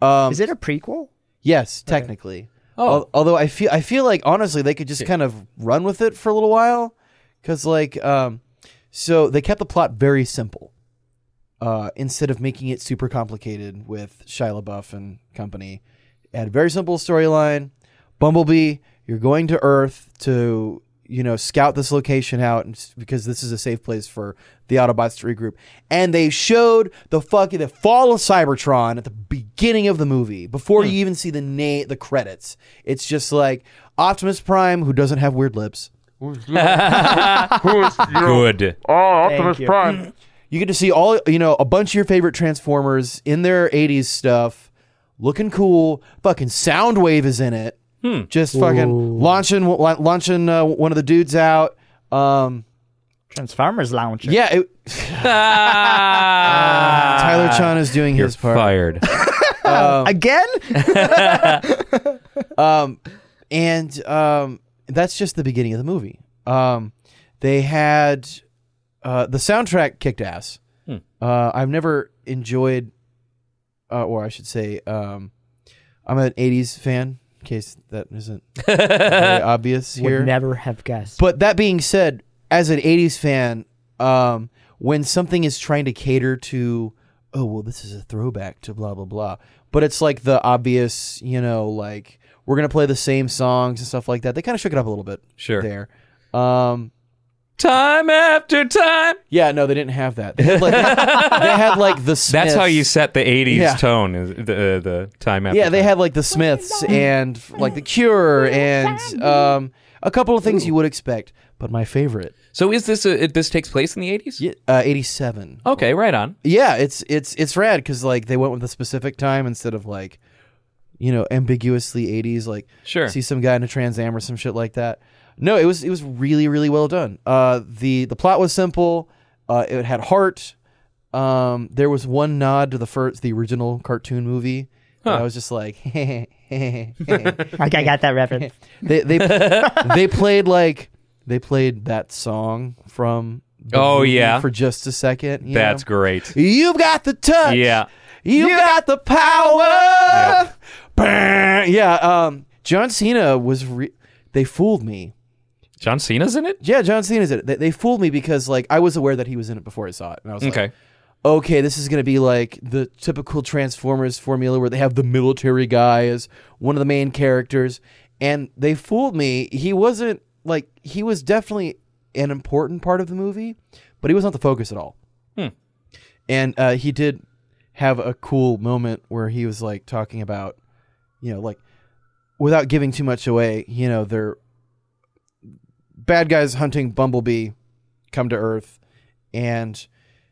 Speaker 5: Um,
Speaker 9: Is it a prequel?
Speaker 5: Yes, technically.
Speaker 4: Oh.
Speaker 5: Al- although I feel I feel like honestly they could just kind of run with it for a little while cuz like um so they kept the plot very simple. Uh instead of making it super complicated with Shia LaBeouf and company. It had a very simple storyline. Bumblebee, you're going to Earth to you know scout this location out and, s- because this is a safe place for the Autobots to regroup. And they showed the fucking the fall of Cybertron at the beginning of the movie before you even see the na- the credits. It's just like Optimus Prime who doesn't have weird lips.
Speaker 4: Good.
Speaker 9: Optimus Prime.
Speaker 5: You get to see all you know a bunch of your favorite Transformers in their '80s stuff, looking cool. Fucking Soundwave is in it. Just fucking launching launching uh, one of the dudes out. Um,
Speaker 9: Transformers Launcher.
Speaker 5: Yeah, it, Tyler Chun is doing his part.
Speaker 4: Fired.
Speaker 9: Again?
Speaker 5: And um, that's just the beginning of the movie. Um, they had uh, the soundtrack kicked ass.
Speaker 9: Hmm.
Speaker 5: Uh, I've never enjoyed, uh, or I should say, um, I'm an 80s fan, in case that isn't very obvious here.
Speaker 9: Would never have guessed.
Speaker 5: But that being said, as an 80s fan, um, when something is trying to cater to, oh, well, this is a throwback to blah, blah, blah, but it's like the obvious, you know, like we're going to play the same songs and stuff like that, they kind of shook it up a little bit.
Speaker 4: Sure.
Speaker 5: There. Um,
Speaker 4: time after time.
Speaker 5: yeah, no, they didn't have that. They had like, they had, like, the Smiths.
Speaker 4: That's how you set the 80s
Speaker 5: Yeah.
Speaker 4: tone, is the, uh, the time after
Speaker 5: Yeah, they
Speaker 4: time.
Speaker 5: had like the Smiths and like the Cure and um, a couple of things you would expect. But my favorite,
Speaker 4: So is this, a, it- this takes place in the 80s?
Speaker 5: uh, 87.
Speaker 4: Okay, right on.
Speaker 5: Yeah, it's it's it's rad because like they went with a specific time instead of like, you know, ambiguously eighties. Like,
Speaker 4: Sure.
Speaker 5: see some guy in a Trans Am or some shit like that. No, it was it was really really well done. Uh, the the plot was simple. Uh, it had heart. Um, there was one nod to the first the original cartoon movie. that I was just like,
Speaker 9: like, I got that reference.
Speaker 5: they they they played like they played that song from. the
Speaker 4: Oh,
Speaker 5: movie
Speaker 4: yeah.
Speaker 5: for just a second. you
Speaker 4: That's
Speaker 5: know?
Speaker 4: great.
Speaker 5: You've got the touch.
Speaker 4: Yeah.
Speaker 5: You've got the power. Yeah. yeah um, John Cena was. Re- they fooled me.
Speaker 4: John Cena's in it?
Speaker 5: Yeah, John Cena's in it. They, they fooled me because like I was aware that he was in it before I saw it, and I was like,
Speaker 4: Okay.
Speaker 5: okay, this is going to be like the typical Transformers formula where they have the military guy as one of the main characters. And they fooled me. He wasn't like, he was definitely an important part of the movie, but he was not the focus at all. And uh, he did have a cool moment where he was like talking about, you know, like without giving too much away, you know, they're bad guys hunting Bumblebee come to Earth. And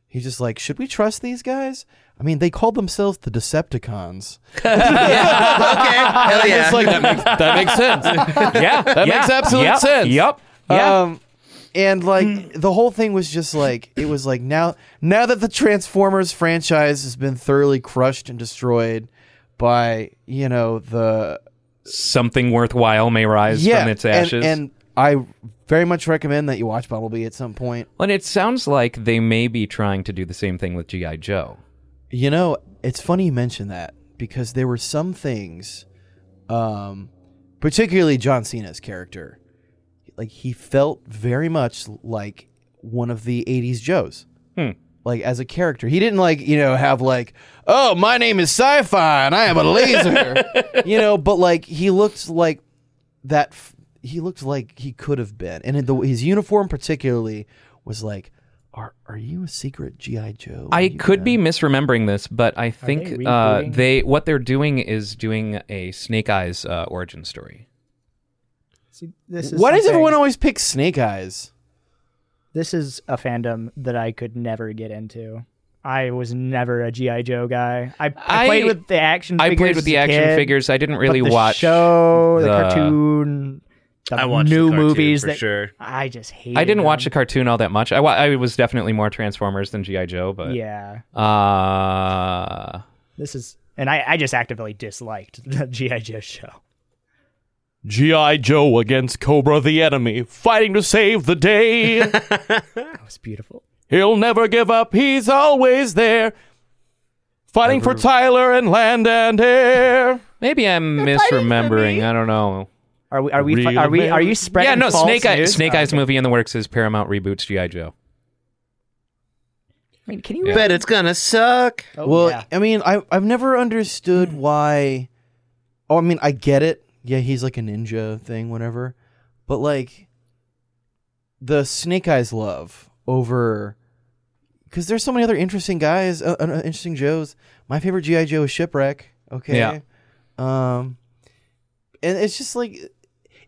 Speaker 5: He's just like, should we trust these guys? I mean, they called themselves the Decepticons.
Speaker 7: Okay, hell yeah.
Speaker 5: It's like that makes that makes sense.
Speaker 4: Yeah. that
Speaker 5: makes absolute
Speaker 4: yep.
Speaker 5: sense.
Speaker 4: Yep. Yeah.
Speaker 5: Um, and like the whole thing was just like it was like now now that the Transformers franchise has been thoroughly crushed and destroyed by you know the
Speaker 4: Something worthwhile may rise from its
Speaker 5: and-
Speaker 4: ashes.
Speaker 5: and I very much recommend that you watch Bumblebee at some point.
Speaker 4: Well, and it sounds like they may be trying to do the same thing with G.I. Joe.
Speaker 5: You know, it's funny you mention that because there were some things, um, particularly John Cena's character, like he felt very much like one of the '80s Joes.
Speaker 4: Hmm.
Speaker 5: Like as a character, he didn't like you know have like, oh, my name is Sci-Fi and I am a laser, you know. But like he looked like that. F- he looked like he could have been, and the, his uniform particularly was like Are are you a secret GI Joe?
Speaker 4: I
Speaker 5: You-
Speaker 4: could be misremembering this, but I think
Speaker 6: they
Speaker 4: uh,
Speaker 6: rebooting?
Speaker 4: they what they're doing is doing a Snake Eyes uh, origin story.
Speaker 6: See, this is
Speaker 5: Why does
Speaker 6: something-
Speaker 5: everyone always pick Snake Eyes?
Speaker 6: This is a fandom that I could never get into. I was never a GI Joe guy. I, I,
Speaker 4: I-
Speaker 6: played with the action.
Speaker 4: I
Speaker 6: figures
Speaker 4: played with
Speaker 6: as
Speaker 4: the
Speaker 6: a
Speaker 4: action
Speaker 6: kid,
Speaker 4: figures. I didn't really
Speaker 6: but the
Speaker 4: watch
Speaker 6: show, the,
Speaker 4: the-
Speaker 6: cartoon, the
Speaker 7: I watched the
Speaker 6: new
Speaker 7: cartoon
Speaker 6: movies
Speaker 7: for
Speaker 6: that
Speaker 7: sure.
Speaker 6: I just hate.
Speaker 4: I didn't watch the cartoon all that much. I, wa- I was definitely more Transformers than GI Joe, but
Speaker 6: Yeah,
Speaker 4: Uh,
Speaker 6: this is, and I, I just actively disliked the GI Joe show.
Speaker 5: GI Joe against Cobra the enemy, fighting to save the day.
Speaker 6: That was beautiful.
Speaker 5: He'll never give up. He's always there. Fighting for Tyler and land and air.
Speaker 4: maybe I'm misremembering. I don't know.
Speaker 6: Are we? Are we?
Speaker 5: Real
Speaker 6: are we? Are you
Speaker 5: American-
Speaker 6: spreading?
Speaker 4: yeah, no.
Speaker 6: false
Speaker 4: Snake Eyes.
Speaker 6: news?
Speaker 4: Snake
Speaker 6: Oh,
Speaker 4: Eyes
Speaker 6: okay.
Speaker 4: movie in the works is Paramount reboots GI Joe.
Speaker 6: I mean, can you?
Speaker 7: Bet it's gonna suck.
Speaker 6: Oh,
Speaker 5: well,
Speaker 6: yeah. Hmm.
Speaker 5: I mean, I I've never understood why. Oh, I mean, I get it. Yeah, he's like a ninja thing, whatever. But like, the Snake Eyes love over because there's so many other interesting guys, uh, uh, interesting Joes. My favorite GI Joe is Shipwreck. Okay.
Speaker 4: Yeah.
Speaker 5: Um, and it's just like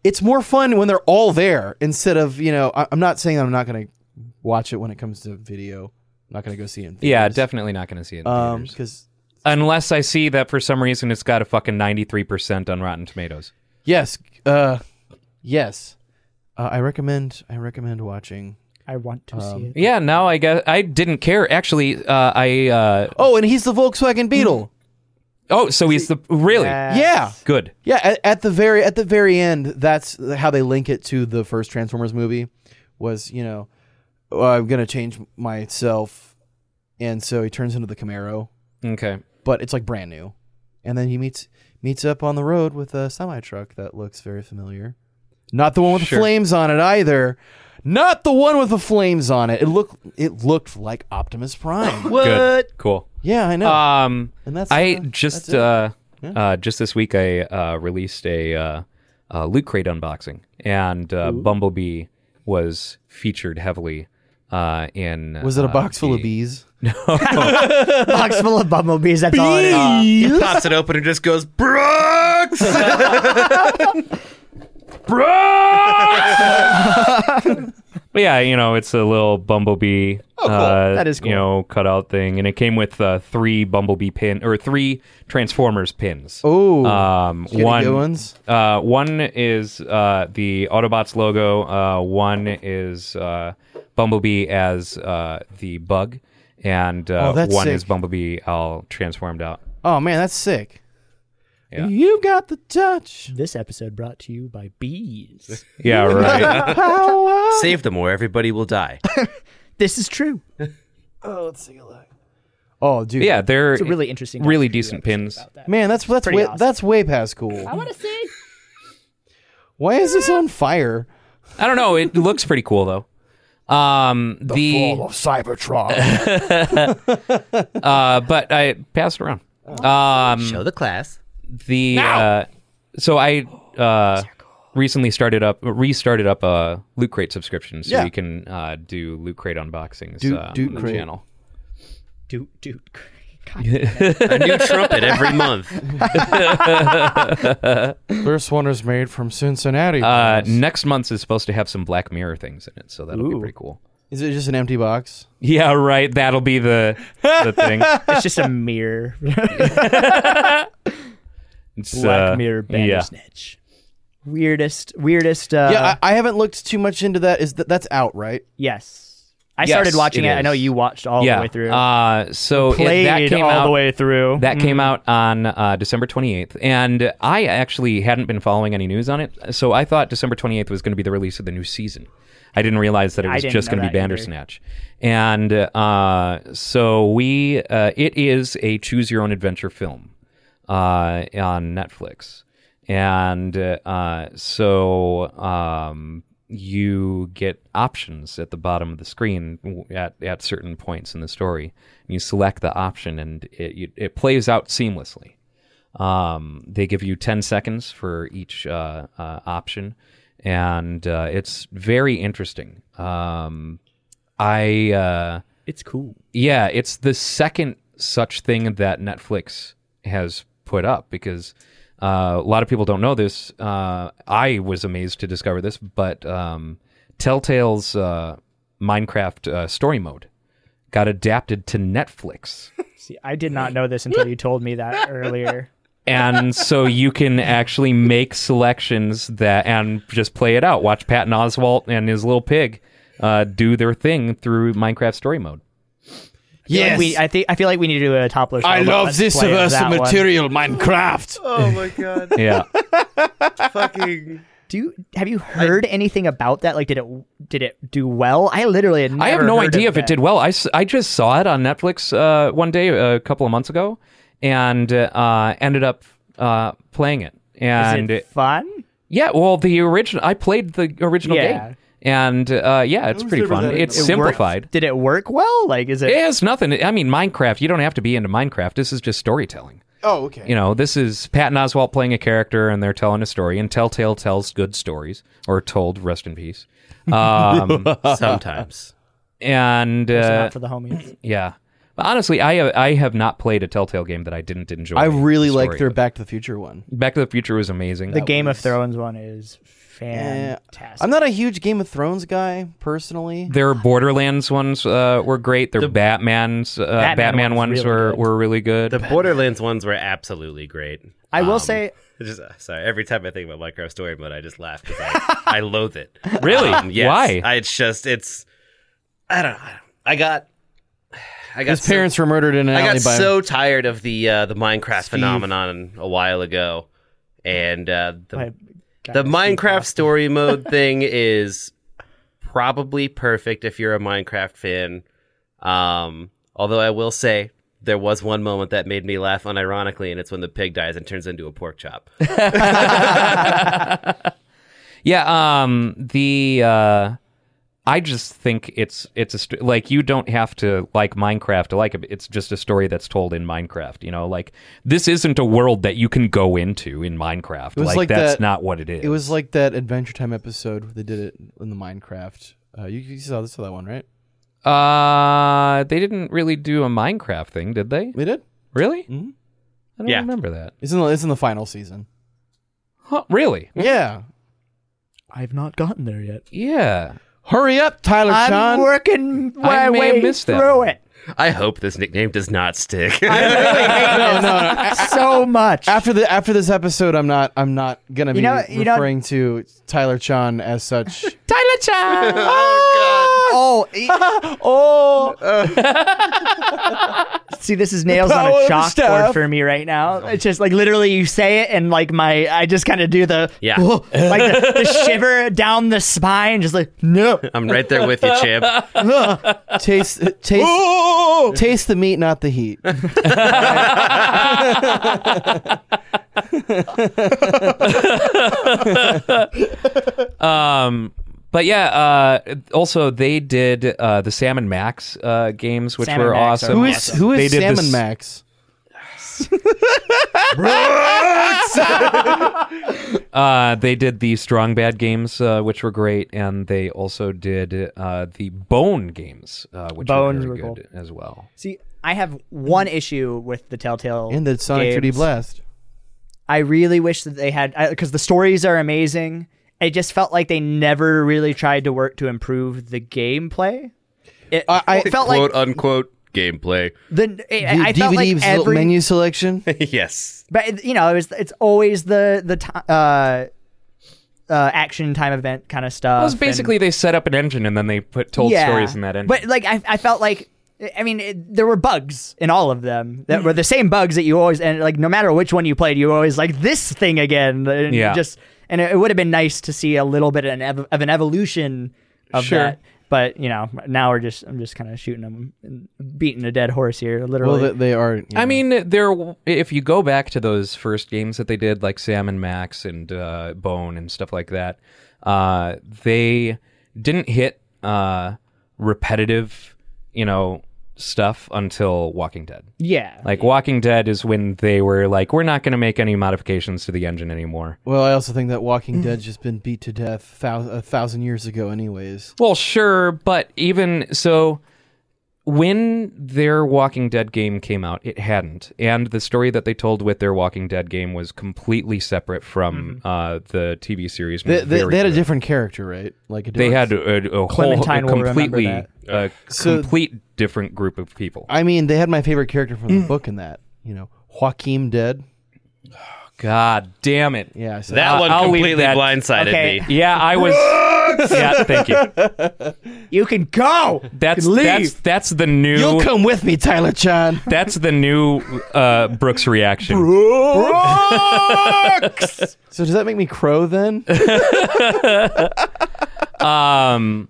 Speaker 5: it's more fun when they're all there instead of you know. I, I'm not saying I'm not gonna watch it when it comes to video. I'm not gonna go see it. In
Speaker 4: Yeah,
Speaker 5: theaters.
Speaker 4: definitely not going to see it in
Speaker 5: Um,
Speaker 4: theaters.
Speaker 5: because
Speaker 4: Unless I see that for some reason it's got a fucking 93% on Rotten Tomatoes.
Speaker 5: Yes. Uh, yes. Uh, I recommend. I recommend watching.
Speaker 6: I want to see it.
Speaker 4: Yeah, now I guess I didn't care. Actually, uh, I. Uh,
Speaker 5: Oh, and he's the Volkswagen Beetle.
Speaker 4: oh, so he's the. Really?
Speaker 6: Uh,
Speaker 5: Yeah.
Speaker 4: Good.
Speaker 5: Yeah. At, at the very at the very end, that's how they link it to the first Transformers movie. Was you know, "Oh, I'm gonna change myself, and so he turns into the Camaro,
Speaker 4: Okay.
Speaker 5: but it's like brand new, and then he meets meets up on the road with a semi truck that looks very familiar. Not the one with
Speaker 4: Sure.
Speaker 5: the flames on it either. Not the one with the flames on it. It looked it looked like Optimus Prime.
Speaker 4: Good. Cool.
Speaker 5: Yeah, I know.
Speaker 4: Um,
Speaker 5: And that's,
Speaker 4: I
Speaker 5: uh,
Speaker 4: just
Speaker 5: that's it.
Speaker 4: uh, uh, just this week I uh, released a uh, uh, loot crate unboxing, and uh, Bumblebee was featured heavily uh, in.
Speaker 5: was it a
Speaker 4: uh,
Speaker 5: box full of
Speaker 4: the-
Speaker 5: bees?
Speaker 6: Box full of bumblebees. That's all it is.
Speaker 4: Uh,
Speaker 7: He pops it open and just goes, Brooks.
Speaker 4: But yeah, you know, it's a little Bumblebee.
Speaker 5: Oh,
Speaker 4: uh,
Speaker 6: That is cool.
Speaker 4: You know, cutout thing, and it came with uh, three Bumblebee pin or three Transformers pins.
Speaker 5: Oh,
Speaker 4: um,
Speaker 5: Any good
Speaker 4: one
Speaker 5: ones.
Speaker 4: Uh, one is uh, the Autobots logo. Uh, one is uh, Bumblebee as uh, the bug, and uh,
Speaker 5: Oh, that's
Speaker 4: one
Speaker 5: sick.
Speaker 4: is Bumblebee all transformed out.
Speaker 5: Oh man, that's sick.
Speaker 4: Yeah.
Speaker 5: You got the touch.
Speaker 6: This episode brought to you by bees.
Speaker 4: Yeah, right.
Speaker 7: Save them or everybody will die.
Speaker 6: this is true.
Speaker 5: Oh, let's take a look. Oh, dude.
Speaker 4: yeah, they're
Speaker 6: It's a really interesting,
Speaker 4: really
Speaker 6: documentary
Speaker 4: decent
Speaker 6: episode
Speaker 4: pins.
Speaker 6: about that.
Speaker 5: Man, that's that's
Speaker 6: Pretty
Speaker 5: way,
Speaker 6: awesome.
Speaker 5: that's way past cool. I want to see. Why is this on fire?
Speaker 4: I don't know. It looks pretty cool though. Um, the
Speaker 8: Cybertron.
Speaker 4: uh, but I passed it around. Um,
Speaker 7: Show the class.
Speaker 4: the uh, so I uh, recently started up restarted up a Loot Crate subscription, so
Speaker 5: Yeah.
Speaker 4: we can uh, do Loot Crate unboxings
Speaker 5: Doot-
Speaker 4: uh,
Speaker 5: Doot
Speaker 4: on the
Speaker 5: Crate.
Speaker 4: channel.
Speaker 6: Dude, dude.
Speaker 7: A new trumpet every month.
Speaker 8: First one is made from Cincinnati.
Speaker 4: Uh,
Speaker 8: Yes.
Speaker 4: next month's is supposed to have some Black Mirror things in it, so that'll be pretty cool.
Speaker 5: Is it just an empty box?
Speaker 4: Yeah, right. That'll be the the thing.
Speaker 6: It's just a mirror.
Speaker 4: It's,
Speaker 6: Black
Speaker 4: uh,
Speaker 6: Mirror
Speaker 4: Yeah.
Speaker 6: Bandersnitch. Weirdest, weirdest. Uh,
Speaker 5: yeah, I, I haven't looked too much into that. Is that that's out, right?
Speaker 6: yes, I
Speaker 4: Yes,
Speaker 6: started watching
Speaker 4: it
Speaker 6: it. I know
Speaker 4: is.
Speaker 6: you watched all
Speaker 4: yeah.
Speaker 6: the way through.
Speaker 4: Uh, so it-
Speaker 6: Played
Speaker 4: that came
Speaker 6: all
Speaker 4: out
Speaker 6: the way through.
Speaker 4: That came out on uh, December 28th, and I actually hadn't been following any news on it, so I thought December 28th was going to be the release of the new season. I didn't realize that it
Speaker 6: I
Speaker 4: was
Speaker 6: didn't
Speaker 4: just
Speaker 6: know
Speaker 4: going to be
Speaker 6: that either.
Speaker 4: Bandersnatch, and uh, so we uh, it is a choose your own adventure film uh, on Netflix, and uh, so um, you get options at the bottom of the screen w- at at certain points in the story. And you select the option, and it you, it plays out seamlessly. Um, they give you 10 seconds for each uh, uh, option, and uh, it's very interesting. Um, I uh,
Speaker 9: It's cool.
Speaker 4: yeah, it's the second such thing that Netflix has put up because uh, a lot of people don't know this. Uh, I was amazed to discover this, but um, Telltale's uh, Minecraft uh, story mode got adapted to Netflix.
Speaker 6: See, I did not know this until you told me that earlier.
Speaker 4: and so you can actually make selections that and just play it out. Watch Patton Oswalt and his little pig uh, do their thing through Minecraft story mode.
Speaker 6: Yes. we, I think I feel like we need to do a topless. show about Let's Play that one.
Speaker 5: Minecraft.
Speaker 7: Oh my god!
Speaker 4: Yeah,
Speaker 7: Fucking.
Speaker 6: Do you, have you heard anything about that? Like, did it did it do well? I literally had
Speaker 4: I have
Speaker 6: never
Speaker 4: no
Speaker 6: heard of
Speaker 4: idea if it
Speaker 6: that.
Speaker 4: did well. I, s- I just saw it on Netflix uh, one day a couple of months ago, and uh, ended up uh, playing it.
Speaker 6: Is
Speaker 4: And
Speaker 6: it fun?
Speaker 4: yeah, well, the original I played the original
Speaker 6: Yeah.
Speaker 4: game, and uh, yeah, it's pretty fun. It's
Speaker 6: It worked-
Speaker 4: simplified.
Speaker 6: Did it work well? Like, is it?
Speaker 4: It has nothing. I mean, Minecraft. You don't have to be into Minecraft. This is just storytelling.
Speaker 5: Oh, okay.
Speaker 4: You know, this is Patton Oswalt playing a character, and they're telling a story. And Telltale tells good stories, or told. Rest in peace. Um,
Speaker 7: Sometimes.
Speaker 4: and
Speaker 6: It's
Speaker 4: uh,
Speaker 6: not for the homies.
Speaker 4: yeah, but honestly, I have, I have not played a Telltale game that I didn't enjoy.
Speaker 5: I really
Speaker 4: the
Speaker 5: like
Speaker 4: story
Speaker 5: their
Speaker 4: of.
Speaker 5: Back to the Future one.
Speaker 4: Back to the Future was amazing.
Speaker 6: The Game of Thrones one is
Speaker 5: Yeah.
Speaker 6: fantastic.
Speaker 5: I'm not a huge Game of Thrones guy personally.
Speaker 4: Their Borderlands ones uh, were great. Their Batman's uh, Batman,
Speaker 6: Batman one's
Speaker 4: ones
Speaker 6: really
Speaker 4: were
Speaker 6: good.
Speaker 4: were really good.
Speaker 7: The Borderlands ones were absolutely great.
Speaker 6: I will
Speaker 7: Um,
Speaker 6: say,
Speaker 7: Just, uh, sorry, every time I think about Minecraft Story Mode, I just laugh because I, I loathe it.
Speaker 4: Really?
Speaker 7: Um, yes.
Speaker 4: Why?
Speaker 7: I, it's just, it's, I don't know. I got, I got
Speaker 5: His
Speaker 7: so-
Speaker 5: parents were murdered in an
Speaker 7: I
Speaker 5: alley
Speaker 7: got
Speaker 5: by
Speaker 7: so tired of the uh, the Minecraft phenomenon a while ago, and uh, the
Speaker 6: I- God,
Speaker 7: the
Speaker 6: Steve
Speaker 7: Minecraft
Speaker 6: Austin.
Speaker 7: story mode thing is probably perfect if you're a Minecraft fan. Um, although I will say there was one moment that made me laugh unironically, and it's when the pig dies and turns into a pork chop.
Speaker 4: Yeah, um the uh I just think it's it's a st- like you don't have to like Minecraft to like it. It's just a story that's told in Minecraft, you know? Like this isn't a world that you can go into in Minecraft.
Speaker 5: was
Speaker 4: like,
Speaker 5: like
Speaker 4: that's
Speaker 5: that-
Speaker 4: not what it is.
Speaker 5: It was like that Adventure Time episode where they did it in the Minecraft. Uh, you, you saw this saw that one, right?
Speaker 4: uh they didn't really do a Minecraft thing, did they?
Speaker 5: We did.
Speaker 4: Really?
Speaker 5: Mhm.
Speaker 4: I don't
Speaker 7: Yeah.
Speaker 4: remember that.
Speaker 5: It's in the it's in the final season.
Speaker 4: Huh, really?
Speaker 5: Yeah.
Speaker 6: I've not gotten there yet.
Speaker 4: Yeah.
Speaker 5: Hurry up, Tyler
Speaker 6: I'm
Speaker 5: Sean.
Speaker 6: working
Speaker 4: I
Speaker 6: my
Speaker 4: may have
Speaker 6: way
Speaker 4: missed that
Speaker 6: through
Speaker 4: one.
Speaker 6: it
Speaker 7: I hope this nickname does not stick.
Speaker 5: no, no, no.
Speaker 6: so much.
Speaker 5: After the after this episode, I'm not I'm not gonna be
Speaker 6: know- you know-
Speaker 5: referring to Tyler Chan as such.
Speaker 6: Ah! oh, e-
Speaker 5: oh,
Speaker 6: see, this is nails on a
Speaker 5: power of the
Speaker 6: chalkboard
Speaker 5: staff.
Speaker 6: for me right now. It's just like literally, you say it, and like my, I just kind of do the oh,
Speaker 7: Yeah.
Speaker 6: like the, the shiver down the spine, just like no.
Speaker 7: I'm right there with you, champ.
Speaker 6: Oh,
Speaker 5: e- taste taste taste the meat, not the heat.
Speaker 4: Um, but yeah, uh, also they did uh, the Sam and Max uh, games, which
Speaker 6: Sam
Speaker 4: were
Speaker 6: and Max are
Speaker 4: awesome.
Speaker 5: Who is who
Speaker 4: They
Speaker 5: is
Speaker 4: did
Speaker 5: Salmon
Speaker 4: this-
Speaker 5: Max?
Speaker 4: Uh, they did the Strong Bad games, uh, which were great, and they also did uh, the Bone games, uh, which
Speaker 6: Bones
Speaker 4: were, very
Speaker 6: were
Speaker 4: good as well.
Speaker 6: See, I have one issue with the Telltale
Speaker 5: In the Sonic 3D
Speaker 6: games.
Speaker 5: Blast.
Speaker 6: I really wish that they had because the stories are amazing. It just felt like they never really tried to work to improve the gameplay. It,
Speaker 5: I- I-
Speaker 6: it felt
Speaker 7: Quote uh,
Speaker 6: like
Speaker 7: unquote gameplay.
Speaker 6: the it,
Speaker 5: D-
Speaker 6: I felt
Speaker 5: DVD
Speaker 6: like every
Speaker 5: menu selection.
Speaker 7: yes.
Speaker 6: but it- you know it was, it's always the the ti uh, uh, action time event kind of stuff.
Speaker 4: It was
Speaker 6: and-
Speaker 4: basically they set up an engine and then they put told
Speaker 6: yeah.
Speaker 4: stories in that engine.
Speaker 6: But like I, I felt like I mean it, there were bugs in all of them
Speaker 4: Hmm.
Speaker 6: that were the same bugs that you always and like no matter which one you played you were always like this thing again and
Speaker 4: Yeah.
Speaker 6: just and it, would have been nice to see a little bit of an, ev- of an evolution of
Speaker 5: Sure.
Speaker 6: that. But you know now we're just I'm just kind of shooting them and beating a dead horse here
Speaker 5: Well,
Speaker 6: literally.
Speaker 5: they, they are. you
Speaker 4: I
Speaker 6: mm.
Speaker 5: know.
Speaker 4: mean, there. If you go back to those first games that they did, like Sam and Max and uh, Bone and stuff like that, uh, they didn't hit uh, repetitive, you know, stuff until Walking Dead.
Speaker 6: Yeah.
Speaker 4: Like Walking Dead is when they were like, we're not going to make any modifications to the engine anymore.
Speaker 5: Well, I also think that Walking Dead's just been beat to death thou- a thousand years ago, anyways.
Speaker 4: Well, sure, but even so, when their Walking Dead game came out, it hadn't, and the story that they told with their Walking Dead game was completely separate from uh, the TV series. and
Speaker 5: They,
Speaker 4: was
Speaker 5: they,
Speaker 4: very
Speaker 5: they had a
Speaker 4: good.
Speaker 5: different character, right? Like a
Speaker 4: They
Speaker 5: different-
Speaker 4: had a, a whole a
Speaker 6: Clementine will remember
Speaker 4: completely,
Speaker 6: that.
Speaker 4: a
Speaker 5: So-
Speaker 4: complete different group of people.
Speaker 5: I mean, they had my favorite character from the book in that. You know, Joaquin dead.
Speaker 4: God damn it!
Speaker 5: Yeah, so
Speaker 7: That
Speaker 4: Uh,
Speaker 7: one
Speaker 4: I'll leave
Speaker 7: completely
Speaker 4: that-
Speaker 7: blindsided
Speaker 6: Okay.
Speaker 7: me.
Speaker 4: Yeah, I was. yeah, thank you.
Speaker 6: You can go.
Speaker 4: That's
Speaker 6: You can leave.
Speaker 4: that's that's the new.
Speaker 5: you'll come with me, Tyler John.
Speaker 4: That's the new uh, Brooks reaction.
Speaker 5: So does that make me crow then?
Speaker 4: Um,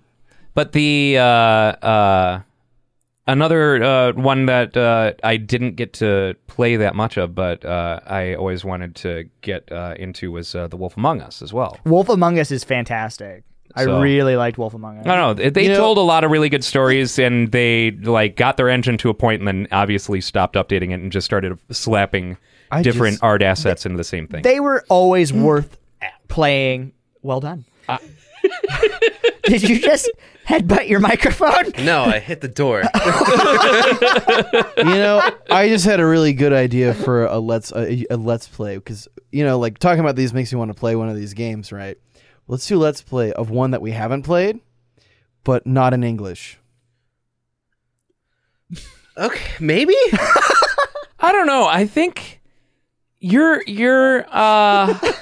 Speaker 4: but the uh, uh, another uh, one that uh, I didn't get to play that much of, but uh, I always wanted to get uh, into was uh, The Wolf Among Us as well.
Speaker 6: Wolf Among Us is fantastic.
Speaker 4: So-
Speaker 6: I really liked Wolf Among Us.
Speaker 4: I don't know. They
Speaker 5: You know-
Speaker 4: told a lot of really good stories, and they like got their engine to a point, and then obviously stopped updating it and just started slapping
Speaker 5: I
Speaker 4: different
Speaker 5: just-
Speaker 4: art assets into the same thing.
Speaker 6: They were always
Speaker 4: Hmm.
Speaker 6: worth playing. Well done. Did you just headbutt your microphone?
Speaker 7: No, I hit the door.
Speaker 5: you know, I just had a really good idea for a let's a, a let's play because you know, like talking about these makes me want to play one of these games, right? Let's do let's play of one that we haven't played, but not in English.
Speaker 7: okay, maybe.
Speaker 4: I don't know. I think you're you're uh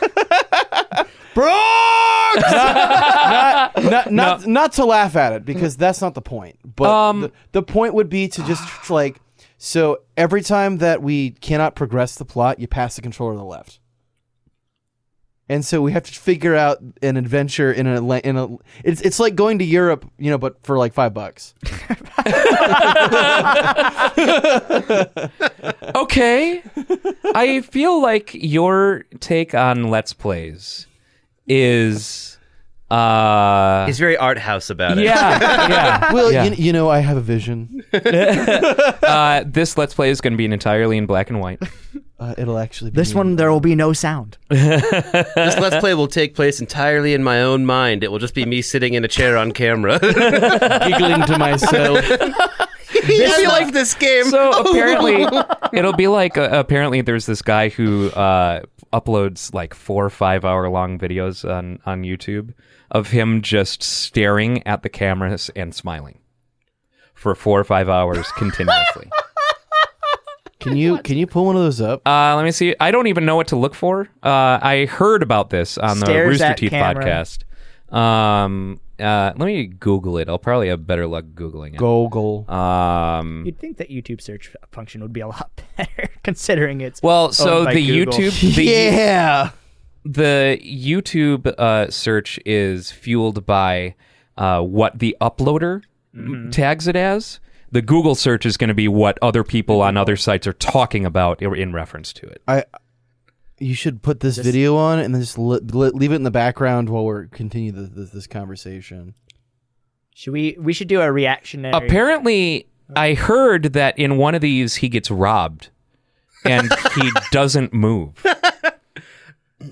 Speaker 5: Not not not to laugh at it because that's not the point. But the, the point would be to just tr- like so every time that we cannot progress the plot, you pass the controller to the left. And so we have to figure out an adventure in a la- in a it's it's like going to Europe, you know, but for like 5 bucks.
Speaker 4: okay. I feel like your take on let's plays is uh
Speaker 7: He's very art house about it.
Speaker 4: yeah, yeah.
Speaker 5: Well,
Speaker 4: Yeah.
Speaker 5: you, you know, I have a vision.
Speaker 4: Uh, this let's play is going to be entirely in black and white.
Speaker 5: Uh, it'll actually be
Speaker 6: This
Speaker 5: me.
Speaker 6: one, there will be no sound.
Speaker 7: This let's play will take place entirely in my own mind. It will just be me sitting in a chair on camera.
Speaker 5: giggling to myself.
Speaker 7: I like this game.
Speaker 4: So apparently, it'll be like uh, apparently there's this guy who uh, uploads like four or five hour long videos on on YouTube of him just staring at the cameras and smiling for four or five hours continuously.
Speaker 5: Can you can you pull one of those up?
Speaker 4: Uh, let me see. I don't even know what to look for. Uh, I heard about this on the
Speaker 6: Stares
Speaker 4: Rooster
Speaker 6: at
Speaker 4: Teeth
Speaker 6: camera.
Speaker 4: podcast. Um, uh, let me Google it. I'll probably have better luck googling it.
Speaker 5: Gogol.
Speaker 4: Um,
Speaker 6: You'd think that YouTube search function would be a lot better, considering it's
Speaker 4: well,
Speaker 6: owned
Speaker 4: so
Speaker 6: by
Speaker 4: the
Speaker 6: Google.
Speaker 4: YouTube, the
Speaker 5: yeah.
Speaker 4: the YouTube uh, search is fueled by uh, what the uploader
Speaker 6: Mm-hmm.
Speaker 4: tags it as. The Google search is going to be what other people on other sites are talking about in- in reference to it.
Speaker 5: I. You should put this video on and then just li- li- leave it in the background while we're continue the, this, this conversation.
Speaker 6: Should we? We should do a reactionary.
Speaker 4: Apparently, I heard that in one of these he gets robbed and he doesn't move.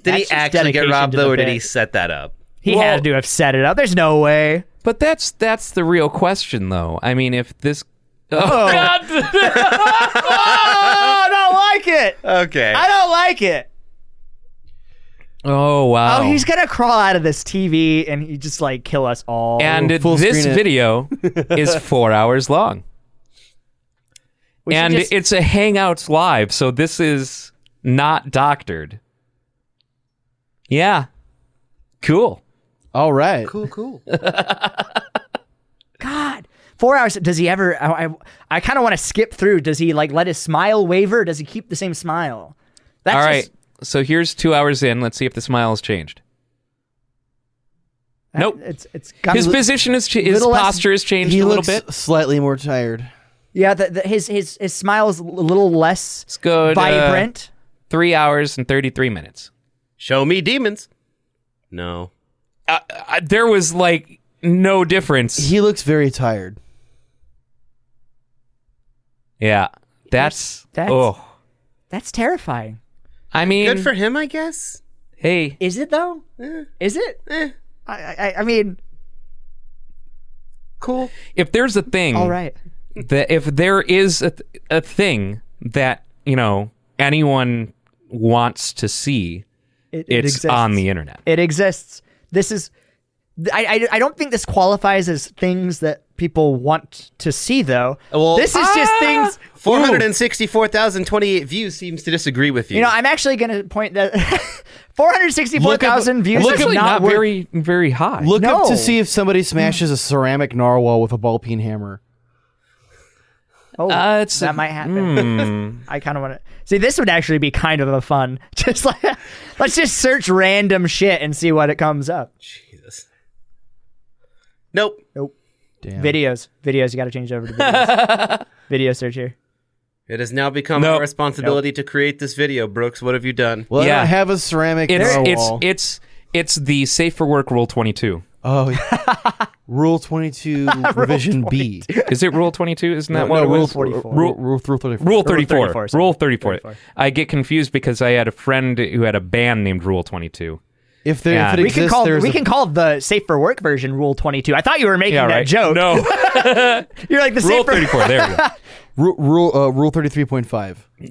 Speaker 7: did he
Speaker 6: just
Speaker 7: actually get
Speaker 6: dedication
Speaker 7: robbed
Speaker 6: to the
Speaker 7: though, or did
Speaker 6: bit.
Speaker 7: he set that up?
Speaker 6: he had to have set it up. There's no way.
Speaker 4: But that's that's the real question, though. I mean, if this. Oh, God!
Speaker 6: I don't like it.
Speaker 7: Okay.
Speaker 6: I don't like it.
Speaker 4: oh wow!
Speaker 6: Oh, he's gonna crawl out of this TV and he just like kill us all.
Speaker 4: and
Speaker 5: full
Speaker 4: this
Speaker 5: screen it.
Speaker 4: video is four hours long.
Speaker 6: We should
Speaker 4: and
Speaker 6: just-
Speaker 4: it's a Hangouts Live, so this is not doctored. Yeah. Cool.
Speaker 5: All right.
Speaker 7: cool, cool.
Speaker 6: God. Four hours. Does he ever? I, I, I kind of want to skip through. Does he like let his smile waver? Does he keep the same smile? That's
Speaker 4: All right.
Speaker 6: just-
Speaker 4: So here's two hours in. Let's see if the smile has changed. Nope.
Speaker 6: It's it's got
Speaker 4: his position is cha- his
Speaker 5: little less-
Speaker 4: posture has changed
Speaker 5: He
Speaker 4: a little
Speaker 5: looks
Speaker 4: bit.
Speaker 5: slightly more tired.
Speaker 6: yeah. The, the, his his his smile is a little less
Speaker 4: Let's go to
Speaker 6: vibrant.
Speaker 4: three hours and thirty three minutes.
Speaker 7: Show me demons. No.
Speaker 4: Uh, uh, there was like no difference.
Speaker 5: He looks very tired.
Speaker 4: Yeah. That's
Speaker 6: That's-
Speaker 4: oh.
Speaker 6: That's terrifying.
Speaker 4: I mean,
Speaker 7: Good for him, I guess.
Speaker 4: hey,
Speaker 6: Is it though? Is it? I, I I mean,
Speaker 7: Cool.
Speaker 4: if there's a thing,
Speaker 6: all right.
Speaker 4: that if there is a, th- a thing that you know anyone wants to see,
Speaker 6: It, it
Speaker 4: it's
Speaker 6: exists.
Speaker 4: on the internet.
Speaker 6: It exists. This is. I, I, I don't think this qualifies as things that people want to see though.
Speaker 7: Well,
Speaker 6: this is just things.
Speaker 4: ah!
Speaker 7: Four hundred and sixty-four thousand twenty-eight views seems to disagree with you.
Speaker 6: You know, I'm actually going to point that 464,000 views
Speaker 4: Look,
Speaker 6: is
Speaker 4: it's not,
Speaker 6: worth-
Speaker 4: very very high.
Speaker 5: Look up
Speaker 6: No.
Speaker 5: to see if somebody smashes a ceramic narwhal with a ball peen hammer.
Speaker 6: Oh,
Speaker 4: Uh, hmm. it's-
Speaker 6: that might happen. I kind of want to see. This would actually be kind of a fun. Just like let's just search random shit and see what it comes up.
Speaker 7: Jesus. Nope.
Speaker 5: Damn.
Speaker 6: Videos, videos. You got to change over to videos. Video search here.
Speaker 7: It has now become
Speaker 4: Nope.
Speaker 7: our responsibility to create this video, Brooks. What have you done?
Speaker 5: Well,
Speaker 4: Yeah.
Speaker 5: I have a ceramic
Speaker 4: it's it's
Speaker 5: narwhal.
Speaker 4: it's it's the safe for work rule twenty two.
Speaker 5: oh, yeah. rule twenty-two, revision B.
Speaker 4: Is it rule twenty two? Isn't that
Speaker 5: no,
Speaker 4: what it
Speaker 5: rule
Speaker 4: was?
Speaker 5: 44.
Speaker 4: Rule,
Speaker 5: Rule thirty-four.
Speaker 4: Rule 34.
Speaker 6: 34, sorry.
Speaker 4: Rule 34. I get confused because I had a friend who had a band named Rule 22.
Speaker 5: If there,
Speaker 4: Yeah.
Speaker 5: if it
Speaker 4: We
Speaker 6: We can
Speaker 5: exists,
Speaker 6: call
Speaker 5: there's
Speaker 6: we
Speaker 5: a-
Speaker 6: can call the safe for work version Rule Twenty Two. I thought you were making that joke.
Speaker 4: No.
Speaker 6: You're like the
Speaker 4: Rule
Speaker 6: safe for
Speaker 4: 34. There we go.
Speaker 5: Ru- rule uh, rule thirty-three point five.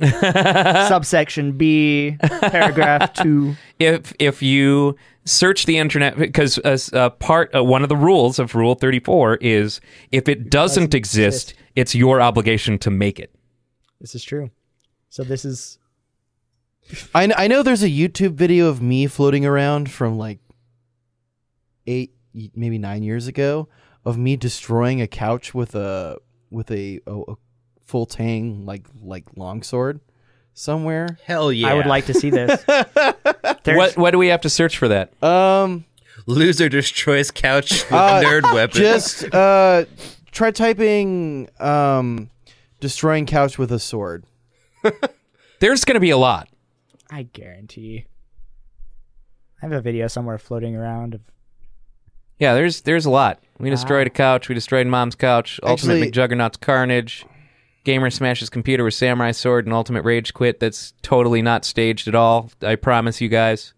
Speaker 6: subsection B, paragraph two.
Speaker 4: if if you search the internet because as uh, part uh, one of the rules of rule 34 is if it doesn't, exist, it's your obligation to make it
Speaker 6: This is true. So this is
Speaker 5: I, kn- I know there's a YouTube video of me floating around from like eight, y- maybe nine years ago, of me destroying a couch with a with a, a, a full tang like like longsword somewhere.
Speaker 7: Hell yeah.
Speaker 6: I would like to see this. There's-
Speaker 4: what what do we have to search for that
Speaker 5: Um,
Speaker 7: Loser destroys couch with
Speaker 6: Oh.
Speaker 5: Uh,
Speaker 7: nerd weapon.
Speaker 5: just uh, try typing um, destroying couch with a sword.
Speaker 4: there's going to be a lot
Speaker 6: I guarantee. I have a video somewhere floating around of
Speaker 4: yeah there's there's a lot we destroyed a couch we destroyed mom's couch ultimate
Speaker 5: Actually-
Speaker 4: mcjuggernaut's carnage gamer smashes computer with samurai sword and ultimate rage quit that's totally not staged at all i promise you guys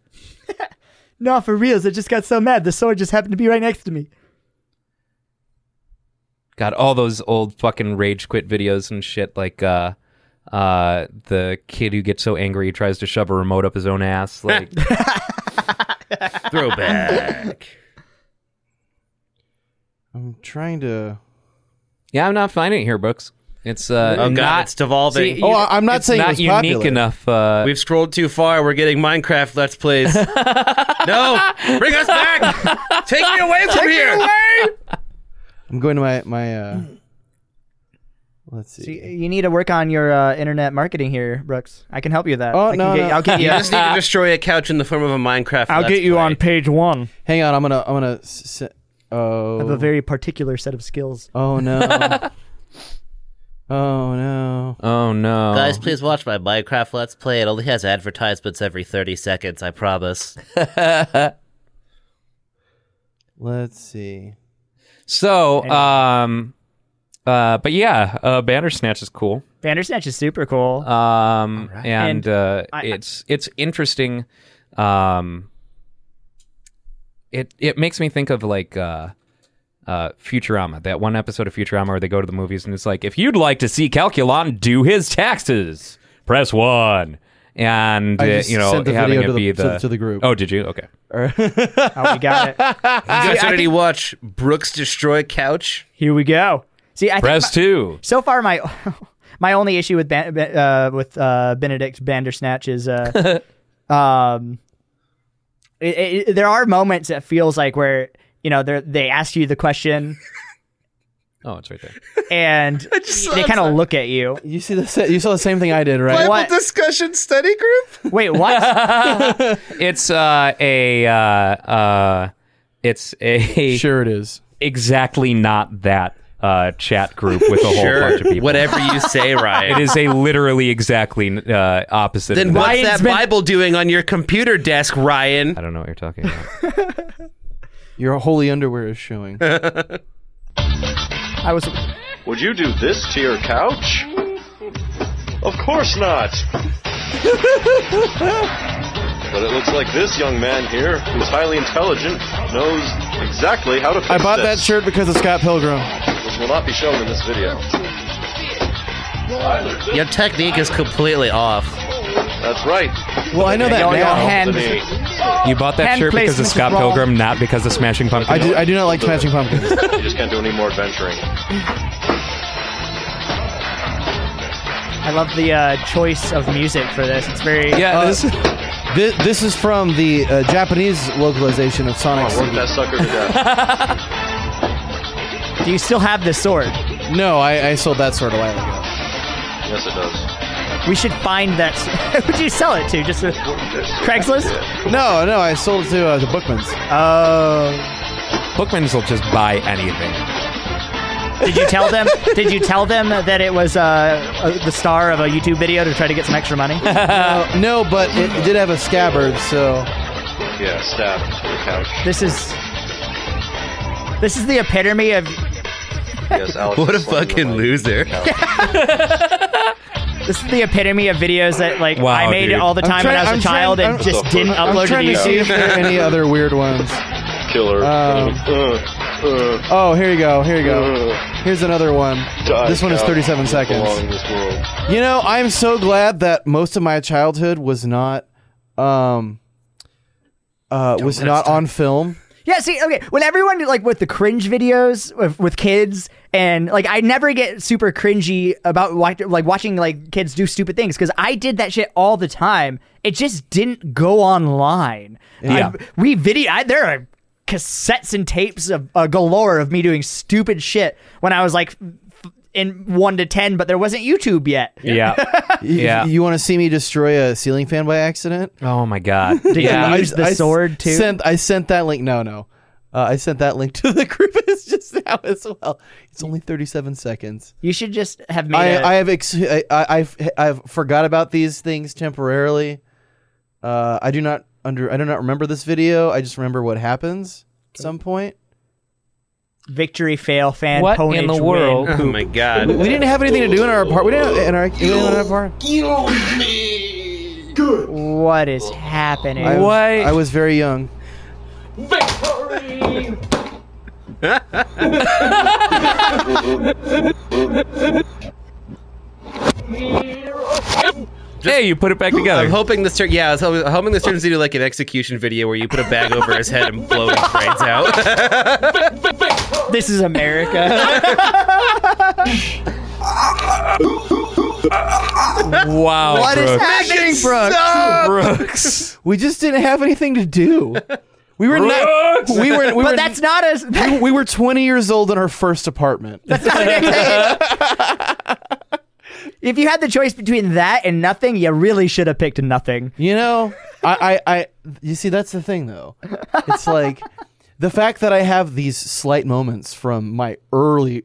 Speaker 6: No, for reals. I just got so mad. The sword just happened to be right next to me.
Speaker 4: God, all those old fucking rage quit videos and shit like uh uh the kid who gets so angry he tries to shove a remote up his own ass like
Speaker 7: Throwback.
Speaker 5: I'm trying to.
Speaker 4: yeah i'm not finding it here books it's uh
Speaker 7: Oh, God,
Speaker 4: not
Speaker 7: it's devolving.
Speaker 5: Oh, I- I'm not
Speaker 4: it's
Speaker 5: saying it
Speaker 4: not
Speaker 5: was
Speaker 4: unique
Speaker 5: popular.
Speaker 4: enough uh
Speaker 7: We've scrolled too far. We're getting Minecraft Let's Plays. no! Bring us back! Take me away from here!
Speaker 5: I'm going to my my. Uh, let's see.
Speaker 6: You need to work on your uh, internet marketing here, Brooks. I can help you with that.
Speaker 5: Oh,
Speaker 6: I can
Speaker 5: no,
Speaker 6: get,
Speaker 5: no.
Speaker 6: I'll get
Speaker 7: You
Speaker 6: you.
Speaker 7: just need to destroy a couch in the form of a Minecraft Let's Play.
Speaker 6: page one.
Speaker 5: Hang on, I'm gonna I'm gonna. S- s- oh.
Speaker 6: I have a very particular set of skills.
Speaker 5: Oh no. oh no.
Speaker 4: oh no
Speaker 7: Guys, please watch my Minecraft Let's Play. It only has advertisements every 30 seconds, I promise.
Speaker 5: Let's see.
Speaker 4: so um uh but yeah uh bandersnatch is cool
Speaker 6: Bandersnatch is super cool.
Speaker 5: Uh,
Speaker 4: um and,
Speaker 6: And
Speaker 4: uh
Speaker 6: I-
Speaker 4: it's it's interesting um it it makes me think of like uh uh, Futurama, that one episode of Futurama where they go to the movies and it's like, if you'd like to see Calculon do his taxes, press one. And
Speaker 5: I
Speaker 4: uh,
Speaker 5: just
Speaker 4: you know,
Speaker 5: sent the
Speaker 4: having
Speaker 5: video
Speaker 4: it
Speaker 5: to
Speaker 4: be
Speaker 5: the- to-
Speaker 4: the
Speaker 5: to the group.
Speaker 4: Oh, did you? Okay. Ah,
Speaker 6: oh, we got it.
Speaker 7: You guys already watch Brooks destroy couch?
Speaker 6: Here we go. See, I think
Speaker 4: Press two.
Speaker 6: so far my my only issue with Ban- Ban- uh, with uh, Benedict Bandersnatch is uh, um, it, it, there are moments that feels like where you know they they ask you the question
Speaker 4: Oh, it's right there.
Speaker 6: and they kind of look at you.
Speaker 5: You see the sa- you saw the same thing I did, right?
Speaker 6: What?
Speaker 7: Discussion study group?
Speaker 6: Wait, what?
Speaker 4: It's uh, a uh, uh, it's a
Speaker 5: Sure it is.
Speaker 4: exactly not that uh, chat group with a whole bunch of
Speaker 7: Sure.
Speaker 4: people.
Speaker 7: Whatever you say, Ryan.
Speaker 4: It is a literally exactly uh, opposite.
Speaker 7: Then
Speaker 4: of that.
Speaker 7: what's
Speaker 6: Ryan's
Speaker 7: that
Speaker 6: been-
Speaker 7: Bible doing on your computer desk, Ryan?
Speaker 4: I don't know what you're talking about.
Speaker 5: Your holy underwear is showing.
Speaker 6: I was
Speaker 10: Would you do this to your couch? Of course not. but it looks like this young man here, who's highly intelligent, knows exactly how to fix
Speaker 5: I bought that
Speaker 10: this,
Speaker 5: shirt because of Scott Pilgrim.
Speaker 10: which will not be shown in this video.
Speaker 7: Your technique is completely off.
Speaker 10: That's right.
Speaker 5: Well, I know that
Speaker 6: Yo, yo,
Speaker 5: now.
Speaker 6: hand.
Speaker 10: The knee.
Speaker 4: You bought that
Speaker 6: Hand
Speaker 4: shirt because of
Speaker 6: placement
Speaker 4: Scott
Speaker 6: is wrong.
Speaker 4: Pilgrim, not because of Smashing Pumpkins.
Speaker 5: I do, I do not like smashing pumpkins.
Speaker 10: You just can't do any more adventuring.
Speaker 6: I love the uh, choice of music for this. It's very
Speaker 4: Yeah,
Speaker 5: Uh,
Speaker 4: this,
Speaker 5: This, this is from the uh, Japanese localization of
Speaker 6: Oh,
Speaker 5: Sonic
Speaker 10: Work
Speaker 5: CD.
Speaker 10: that sucker to death.
Speaker 6: uh, Do you still have the sword?
Speaker 5: No, I, I sold that sort of while ago.
Speaker 10: yes, it does.
Speaker 6: We should find that. s- Who'd you sell it to? Just a Craigslist?
Speaker 5: No, no, I sold it to uh, the Bookmans.
Speaker 6: Oh.
Speaker 4: Bookmans will just buy anything.
Speaker 6: Did you tell them? did you tell them that it was uh, uh, the star of a YouTube video to try to get some extra money?
Speaker 5: Uh, no, but it, it did have a scabbard, so
Speaker 10: Yeah, stabbed to the couch.
Speaker 6: this is. This is the epitome of.
Speaker 10: Yes, Alex.
Speaker 7: What a
Speaker 10: is slamming the
Speaker 7: fucking
Speaker 10: mic.
Speaker 7: loser.
Speaker 6: This is the epitome of videos that like
Speaker 4: Wow,
Speaker 6: I made
Speaker 4: dude.
Speaker 6: all the
Speaker 5: I'm
Speaker 6: time when
Speaker 5: trying-
Speaker 6: I was a
Speaker 5: I'm
Speaker 6: child
Speaker 5: trying-
Speaker 6: and
Speaker 5: I'm-
Speaker 6: just
Speaker 10: I'm
Speaker 6: didn't
Speaker 5: I'm
Speaker 6: upload to
Speaker 5: trying to see
Speaker 6: YouTube.
Speaker 5: if there are any other weird ones.
Speaker 10: Killer.
Speaker 5: Um,
Speaker 10: uh, uh,
Speaker 5: Oh, here you go. Here you go.
Speaker 10: uh,
Speaker 5: Here's another one.
Speaker 10: die,
Speaker 5: This one is
Speaker 10: cow.
Speaker 5: 37
Speaker 10: You belong in
Speaker 5: seconds.
Speaker 10: this world.
Speaker 5: You know, I'm so glad that most of my childhood was not, um, uh, was not on film.
Speaker 6: Yeah, see, okay, when everyone like with the cringe videos with, with kids and like I never get super cringy about wa- like watching like kids do stupid things cuz I did that shit all the time. It just didn't go online.
Speaker 4: Yeah.
Speaker 6: I- we video I, there are cassettes and tapes of uh, galore of me doing stupid shit when I was like f- in 1 to 10, but there wasn't YouTube yet.
Speaker 4: Yeah. Yeah.
Speaker 5: You, want to see me destroy a ceiling fan by accident?
Speaker 4: oh my god.
Speaker 6: Did
Speaker 4: yeah.
Speaker 6: you use the
Speaker 5: s-
Speaker 6: sword too?
Speaker 5: Sent, I sent that link. No, no. Uh, I sent that link to the group just now as well. It's only 37 seconds.
Speaker 6: you should just have made
Speaker 5: I,
Speaker 6: a-
Speaker 5: I have ex- I, I, I've I've forgot about these things temporarily. Uh, I do not under I do not remember this video. I just remember what happens at some point.
Speaker 6: victory fail fan
Speaker 4: What
Speaker 6: pwnage
Speaker 4: in the
Speaker 6: win.
Speaker 4: world?
Speaker 7: Oh my god.
Speaker 5: We didn't have anything to do in our apart. We didn't in our, we didn't in our apart.
Speaker 6: What is happening?
Speaker 5: I was-
Speaker 4: What?
Speaker 5: I was very young.
Speaker 4: hey, you put it back together.
Speaker 5: uh,
Speaker 7: I'm hoping this turn. Yeah, I was hoping, hoping this turns into like an execution video where you put a bag over his head and blow his brains out.
Speaker 6: This is America.
Speaker 4: wow.
Speaker 5: What is
Speaker 4: Brooks.
Speaker 5: happening, Brooks?
Speaker 4: Brooks.
Speaker 5: We just didn't have anything to do. We were not.
Speaker 4: Brooks!
Speaker 5: We were. We
Speaker 6: but
Speaker 5: were
Speaker 6: that's not as.
Speaker 5: we, we were 20 years old in our first apartment.
Speaker 6: If you had the choice between that and nothing, you really should have picked nothing.
Speaker 5: You know, I, I, I, you see, that's the thing though. It's like the fact that I have these slight moments from my early,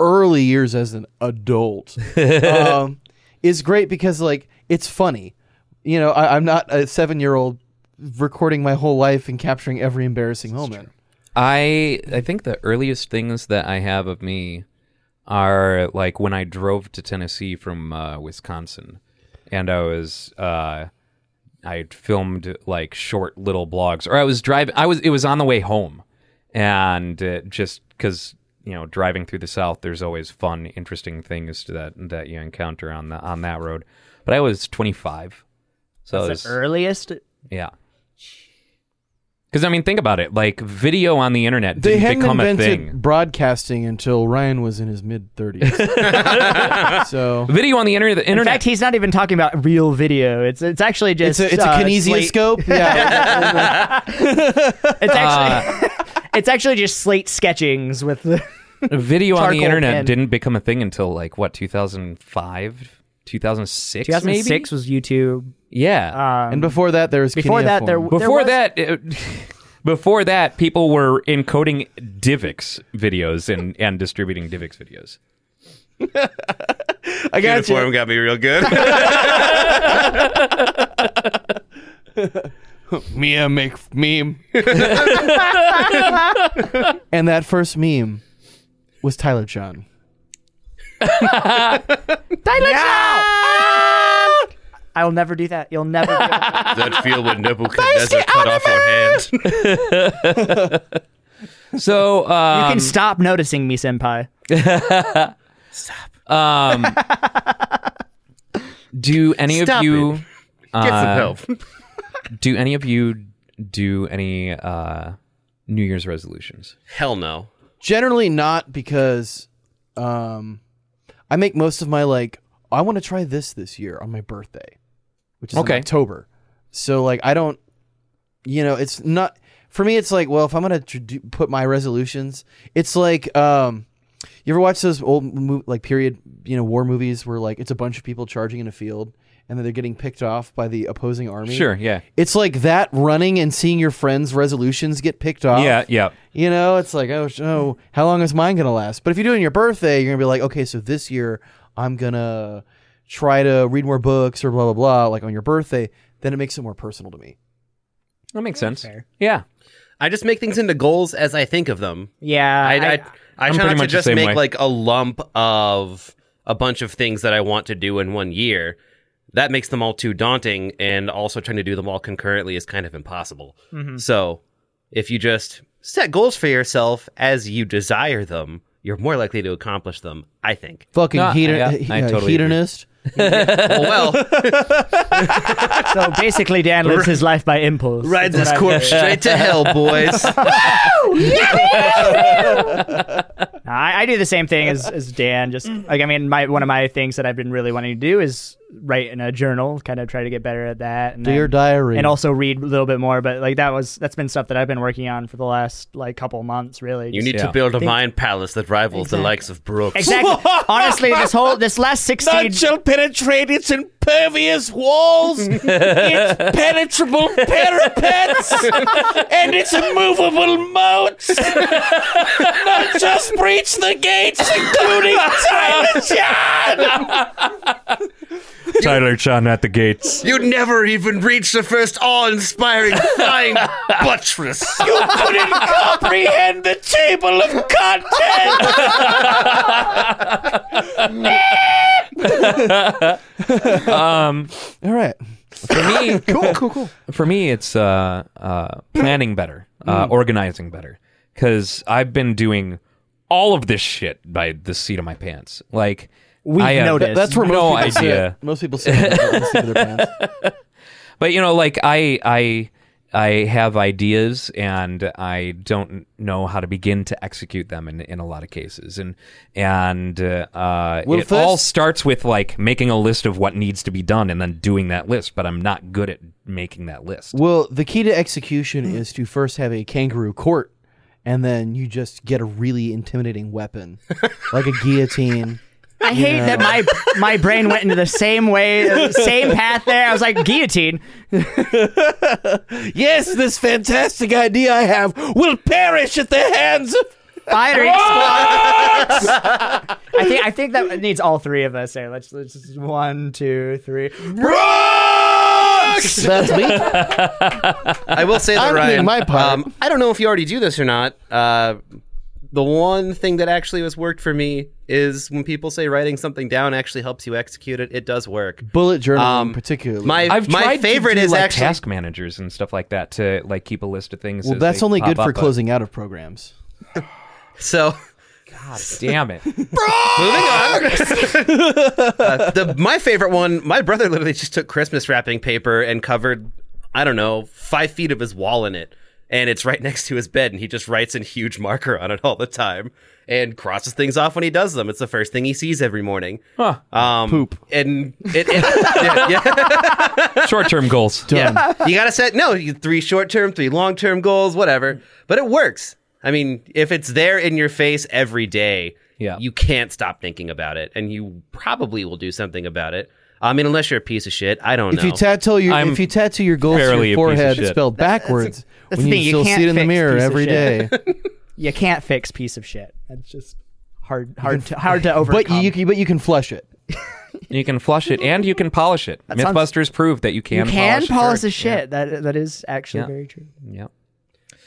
Speaker 5: early years as an adult um, is great because like it's funny. You know, I, I'm not a seven year old recording my whole life and capturing every embarrassing moment.
Speaker 4: I I think the earliest things that I have of me are like when I drove to Tennessee from uh, Wisconsin, and I was uh, I filmed like short little blogs, or I was driving. I was it was on the way home, and uh, just because you know driving through the South, there's always fun, interesting things that that you encounter on the on that road. But I was 25, so I was,
Speaker 6: The earliest.
Speaker 4: yeah. Because I mean, think about it. Like video on the internet didn't
Speaker 5: they hadn't
Speaker 4: become a
Speaker 5: invented
Speaker 4: thing.
Speaker 5: broadcasting until Ryan was in his mid 30s. so
Speaker 4: Video on the internet. The
Speaker 6: In
Speaker 4: internet.
Speaker 6: fact, he's not even talking about real video. It's it's actually
Speaker 5: it's
Speaker 6: just
Speaker 5: a, it's a
Speaker 6: uh,
Speaker 5: kinesioscope. Yeah.
Speaker 6: slate- It's actually
Speaker 5: Ah.
Speaker 6: it's actually just slate sketchings with the.
Speaker 4: video on the
Speaker 6: charcoal
Speaker 4: internet
Speaker 6: pen.
Speaker 4: didn't become a thing until like what 2005, 2006,
Speaker 6: 2006
Speaker 4: maybe.
Speaker 6: was YouTube.
Speaker 4: Yeah.
Speaker 6: Um,
Speaker 5: and before that, there was
Speaker 6: Before that, there
Speaker 5: cuneiform.
Speaker 6: there
Speaker 4: before
Speaker 6: was-
Speaker 4: that. It, Before that, people were encoding DivX videos and, and distributing DivX videos.
Speaker 5: I got you.
Speaker 7: Uniform got me real good.
Speaker 5: Mia uh, make meme. and that first meme was Tyler John.
Speaker 6: Tyler Chow! I will never do that. You'll never. be able to-
Speaker 3: that feel when Nebuchadnezzar cut off your hand.
Speaker 4: So um,
Speaker 6: you can stop noticing me, senpai.
Speaker 4: Um, do any of
Speaker 7: Stop
Speaker 4: you
Speaker 7: it. Get some
Speaker 4: uh,
Speaker 7: help.
Speaker 4: do any of you do any uh, New Year's resolutions?
Speaker 7: Hell no.
Speaker 5: Generally not because um I make most of my like I want to try this this year on my birthday, which is in
Speaker 4: Okay.
Speaker 5: October. So like I don't you know, it's not for me it's like well, if I'm going to do put my resolutions, it's like um you ever watch those old mo- like period, you know, war movies where like it's a bunch of people charging in a field and then they're getting picked off by the opposing army?
Speaker 4: Sure, yeah.
Speaker 5: It's like that running and seeing your friends' resolutions get picked off.
Speaker 4: Yeah, yeah.
Speaker 5: You know, it's like, oh, sh- oh, how long is mine going to last? But if you do it on your birthday, you're going to be like, okay, so this year I'm going to try to read more books or blah, blah, blah, like on your birthday. Then it makes it more personal to me.
Speaker 4: That makes sense. Yeah.
Speaker 7: I just make things into goals as I think of them.
Speaker 6: Yeah,
Speaker 7: I, I,
Speaker 6: I-
Speaker 7: I,
Speaker 4: I'm
Speaker 7: try
Speaker 4: pretty
Speaker 7: not to
Speaker 4: much the
Speaker 7: just
Speaker 4: same
Speaker 7: make
Speaker 4: way.
Speaker 7: like a lump of a bunch of things that I want to do in one year. That makes them all too daunting, and also trying to do them all concurrently is kind of impossible. So, if you just set goals for yourself as you desire them, you're more likely to accomplish them. I think.
Speaker 5: Fucking
Speaker 4: No,
Speaker 5: hedon-
Speaker 4: yeah,
Speaker 5: he-
Speaker 4: I
Speaker 5: uh,
Speaker 4: totally agree.
Speaker 5: hedonist.
Speaker 7: Oh well,
Speaker 6: So basically, Dan lives his life by impulse.
Speaker 7: ride
Speaker 6: is what
Speaker 7: this
Speaker 6: I
Speaker 7: corpse
Speaker 6: do.
Speaker 7: straight to hell, boys.
Speaker 6: I, I do the same thing as, as Dan. Just like I mean, my one of my things that I've been really wanting to do is write in a journal. Kind of try to get better at that. And
Speaker 5: Do your
Speaker 6: then-
Speaker 5: diary.
Speaker 6: and also read a little bit more. But like that was that's been stuff that I've been working on for the last like couple months. Really,
Speaker 7: You
Speaker 6: Just-
Speaker 7: need
Speaker 4: Yeah.
Speaker 7: to build a mind palace that rivals the likes of Brooks.
Speaker 6: exactly. Honestly, this whole this last sixteen.
Speaker 3: penetrate its impervious walls, its penetrable parapets, and its immovable moats. Not just breach the gates, including
Speaker 2: Tyler Chan at the gates.
Speaker 7: You never even reached the first awe-inspiring flying buttress.
Speaker 3: couldn't comprehend the table of contents.
Speaker 5: All right.
Speaker 4: For me,
Speaker 5: Cool, cool, cool.
Speaker 4: for me, it's uh, uh, planning better, uh, organizing better, because I've been doing all of this shit by the seat of my pants. Like we I uh, have
Speaker 6: noticed.
Speaker 5: That's where most
Speaker 4: no
Speaker 5: people
Speaker 4: idea.
Speaker 5: sit. Most people sit on the seat of their pants.
Speaker 4: But you know, like I, I, I have ideas, and I don't know how to begin to execute them in, in a lot of cases, and and uh, uh,
Speaker 5: Well,
Speaker 4: it all
Speaker 5: first-
Speaker 4: starts with like making a list of what needs to be done, and then doing that list. But I'm not good at making that list.
Speaker 5: Well, the key to
Speaker 4: Hmm.
Speaker 5: execution is to first have a kangaroo court, and then you just get a really intimidating weapon, like a guillotine.
Speaker 6: I hate that my my brain went into the same way, the same path there. I was like guillotine.
Speaker 5: yes, this fantastic idea I have will perish at the hands of.
Speaker 6: Fire explodes. I think I think that needs all three of us there. Let's let's just one, two, three.
Speaker 5: Brooks! That's me.
Speaker 7: I will say that,
Speaker 5: I'm doing
Speaker 7: Ryan.
Speaker 5: my part.
Speaker 7: Um, I don't know if you already do this or not. Uh, the one thing that actually has worked for me is when people say writing something down actually helps you execute it. It does work.
Speaker 5: Bullet journal,
Speaker 7: Um,
Speaker 5: particularly.
Speaker 7: My
Speaker 4: I've
Speaker 7: my
Speaker 4: tried
Speaker 7: favorite
Speaker 4: to do,
Speaker 7: is
Speaker 4: like,
Speaker 7: actually
Speaker 4: task managers and stuff like that to like keep a list of things.
Speaker 5: well,
Speaker 4: as
Speaker 5: that's
Speaker 4: they
Speaker 5: only
Speaker 4: pop
Speaker 5: good for
Speaker 4: up, but-
Speaker 5: closing out of programs.
Speaker 7: so.
Speaker 4: Damn it!
Speaker 7: Moving on. Uh, the my favorite one. My brother literally just took Christmas wrapping paper and covered, I don't know, five feet of his wall in it, and it's right next to his bed, and he just writes in huge marker on it all the time, and crosses things off when he does them. It's the first thing he sees every morning.
Speaker 4: Huh.
Speaker 7: Um, Poop. And it. it yeah, yeah.
Speaker 4: Short-term goals.
Speaker 7: Yeah. You got to set, no, you, three short term, three long term goals, whatever. But it works. I mean, if it's there in your face every day,
Speaker 4: Yeah.
Speaker 7: you can't stop thinking about it. And you probably will do something about it. I mean, unless you're a piece of shit. I don't
Speaker 5: If
Speaker 7: know.
Speaker 5: you tattoo your
Speaker 4: I'm
Speaker 5: if you tattoo your goals to
Speaker 4: fairly
Speaker 5: your
Speaker 4: a piece of
Speaker 5: forehead
Speaker 4: shit.
Speaker 5: spelled backwards,
Speaker 6: that's the
Speaker 5: when
Speaker 6: thing,
Speaker 5: you
Speaker 6: you
Speaker 5: still see
Speaker 6: can't
Speaker 5: it in the
Speaker 6: fix
Speaker 5: mirror
Speaker 6: piece of
Speaker 5: every day.
Speaker 6: shit. You can't fix piece of shit. That's just hard hard to hard to
Speaker 5: but
Speaker 6: overcome.
Speaker 5: you can- but you can flush it.
Speaker 4: You can flush it and you can polish it.
Speaker 6: sounds-
Speaker 4: MythBusters proved that you
Speaker 6: You
Speaker 4: can.
Speaker 6: can polish,
Speaker 4: polish,
Speaker 6: the shit. That that is actually
Speaker 4: Yeah.
Speaker 6: very true.
Speaker 4: a shit.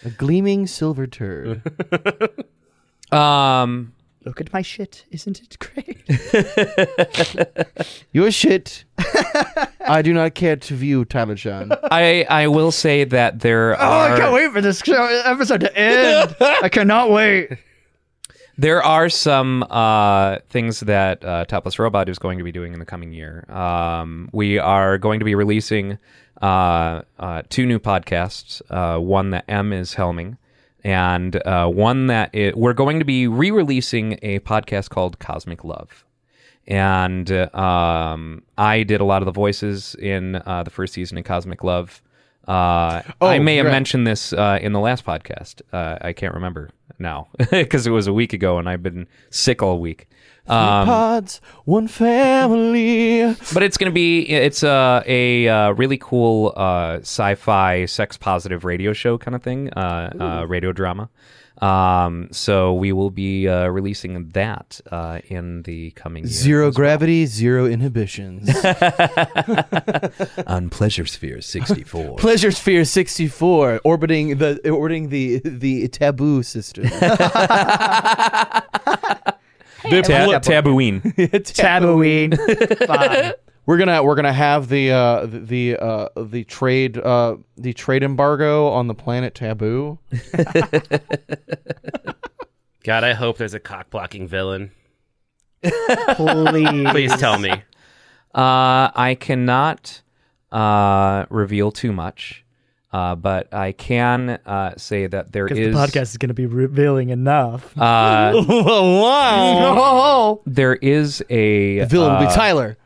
Speaker 5: A gleaming silver turd.
Speaker 4: Yep. Um.
Speaker 6: Look at my shit. Isn't it great?
Speaker 5: Your shit. I do not care to view, Tyler John.
Speaker 4: I I will say that there
Speaker 6: Oh,
Speaker 4: are
Speaker 6: I can't wait for this show, episode to end. I cannot wait.
Speaker 4: there are some uh, things that uh, Topless Robot is going to be doing in the coming year. Um, we are going to be releasing uh, uh, two new podcasts. Uh, one that M is helming, and uh, one that it, we're going to be re-releasing a podcast called Cosmic Love. And uh, um, I did a lot of the voices in uh, the first season of Cosmic Love. Uh,
Speaker 5: Oh,
Speaker 4: I may have
Speaker 5: right.
Speaker 4: mentioned this uh, in the last podcast. Uh, I can't remember now because it was a week ago, and I've been sick all week. Um,
Speaker 5: Pods, one family.
Speaker 4: but it's going to be it's a a uh, really cool uh, sci-fi sex positive radio show kind of thing, uh, uh, radio drama. Um, so we will be uh, releasing that uh, in the coming year.
Speaker 5: Zero gravity, zero inhibitions.
Speaker 4: on Pleasure Sphere sixty four.
Speaker 5: Pleasure Sphere 64, orbiting the orbiting the the taboo system.
Speaker 4: The ta- tabooine.
Speaker 6: Tabooine. Fine.
Speaker 5: We're gonna we're gonna have the uh, the uh, the trade uh, the trade embargo on the planet Taboo.
Speaker 7: God, I hope there's a cock blocking villain.
Speaker 6: Please.
Speaker 7: Please tell me.
Speaker 4: Uh, I cannot uh, reveal too much, uh, but I can uh, say that there
Speaker 6: The
Speaker 4: is
Speaker 6: podcast is going to be revealing enough.
Speaker 4: Uh,
Speaker 6: Oh.
Speaker 4: there is a
Speaker 5: The villain will be
Speaker 4: uh,
Speaker 5: Tyler.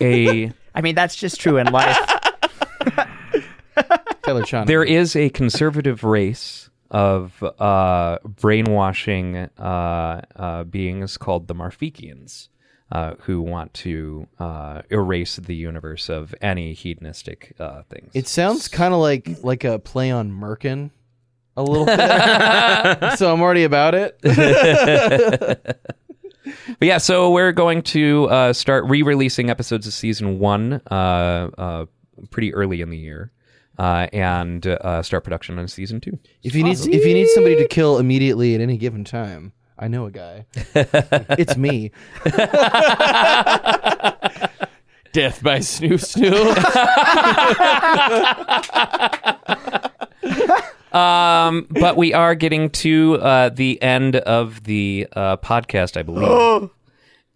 Speaker 4: a
Speaker 6: I mean, that's just true in life.
Speaker 5: Tyler Chana.
Speaker 4: there is a conservative race of uh, brainwashing uh, uh, beings called the Marfikians. Uh, who want to uh, erase the universe of any hedonistic uh, things?
Speaker 5: It sounds kind of like like a play on Merkin, a little bit. so I'm already about it.
Speaker 4: But yeah, so we're going to uh, start re-releasing episodes of season one uh, uh, pretty early in the year, uh, and uh, start production on season two.
Speaker 5: If you need if you need somebody to kill immediately at any given time, I know a guy. it's me. Death by Snoo Snoo.
Speaker 4: Um,
Speaker 7: Mm.
Speaker 4: but we are getting to uh, the end of the uh, podcast, I believe.
Speaker 7: Uh,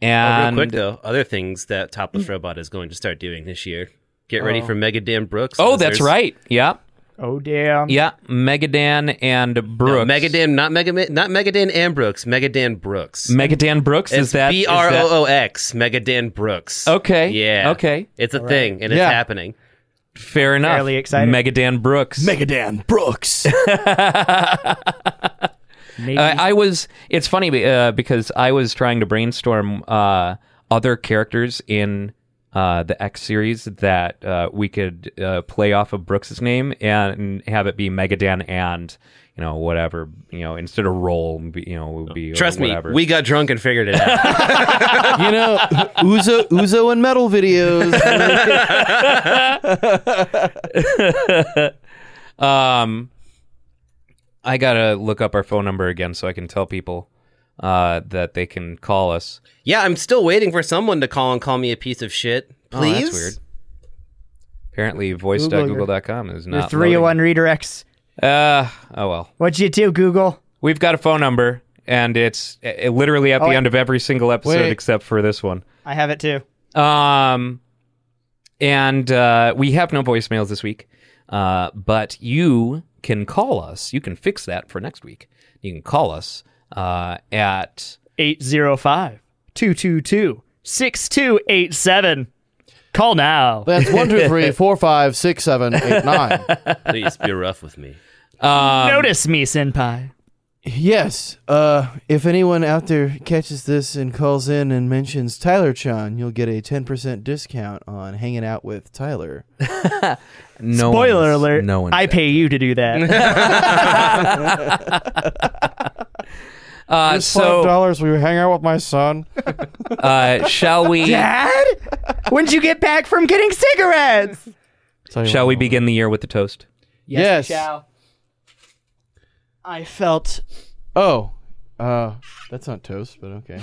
Speaker 4: and
Speaker 7: Real quick though, other things that Topless Robot is going to start doing this year. Get ready for Mega Dan Brooks.
Speaker 4: oh, that's
Speaker 7: There's-
Speaker 4: right. Yeah,
Speaker 6: oh, damn.
Speaker 4: yeah. Megadan and
Speaker 7: No,
Speaker 4: Brooks.
Speaker 7: Mega Dan, not Mega, Ma- not Mega Dan and Brooks. Mega Dan Brooks.
Speaker 4: Megadan Brooks is
Speaker 7: it's
Speaker 4: that
Speaker 7: B
Speaker 4: is
Speaker 7: R
Speaker 4: that-
Speaker 7: O O X. Mega Dan Brooks.
Speaker 4: Okay.
Speaker 7: Yeah.
Speaker 4: Okay.
Speaker 7: It's a thing, and
Speaker 5: Yeah.
Speaker 7: it's happening.
Speaker 4: Fair enough.
Speaker 6: Fairly exciting.
Speaker 4: Megadan Brooks.
Speaker 5: Megadan Brooks.
Speaker 6: Maybe.
Speaker 4: Uh, I, I was. It's funny be- uh, because I was trying to brainstorm uh, other characters in uh, the X series that uh, we could uh, play off of Brooks's name and have it be Megadan and you know whatever you know instead of roll be- you know would be
Speaker 7: Oh, Trust me,
Speaker 4: whatever.
Speaker 7: we got drunk and figured it out.
Speaker 5: you know, Uzo Uzo and metal videos.
Speaker 4: um I gotta look up our phone number again so I can tell people uh, that they can call us.
Speaker 7: yeah, I'm still waiting for someone to call and call me a piece of shit.
Speaker 4: Oh,
Speaker 7: Please.
Speaker 4: that's weird. Apparently,
Speaker 6: Google your-
Speaker 4: voice.google.com is
Speaker 6: Your
Speaker 4: not
Speaker 6: 301 redirects.
Speaker 4: loading. Uh, oh well.
Speaker 6: What'd you do, Google?
Speaker 4: We've got a phone number, and it's uh, literally at the end of every single episode
Speaker 5: Wait.
Speaker 4: except for this one.
Speaker 6: I have it too.
Speaker 4: Um, and uh, we have no voicemails this week, uh, but you can call us. You can fix that for next week. You can call us uh, at
Speaker 6: 805 222 6287. Call now.
Speaker 5: That's one, two, three, four, five, six, seven, eight, nine.
Speaker 7: Please be rough with me.
Speaker 4: um,
Speaker 6: Notice me, Senpai.
Speaker 5: Yes. Uh, if anyone out there catches this and calls in and mentions Tyler Chan, you'll get a ten percent discount on hanging out with Tyler.
Speaker 4: no
Speaker 6: Spoiler
Speaker 4: one's-
Speaker 6: alert.
Speaker 4: No one.
Speaker 6: I pay you to do that.
Speaker 4: Uh,
Speaker 8: Five
Speaker 4: so,
Speaker 8: dollars. Will you hang out with my son?
Speaker 4: uh, shall we?
Speaker 6: Dad? When'd you get back from getting cigarettes?
Speaker 5: Tell you
Speaker 4: Shall
Speaker 5: what,
Speaker 4: we
Speaker 5: I'll-
Speaker 4: begin the year with the toast?
Speaker 5: Yes.
Speaker 6: Ciao. I felt
Speaker 5: Oh, Uh, that's not toast, but okay.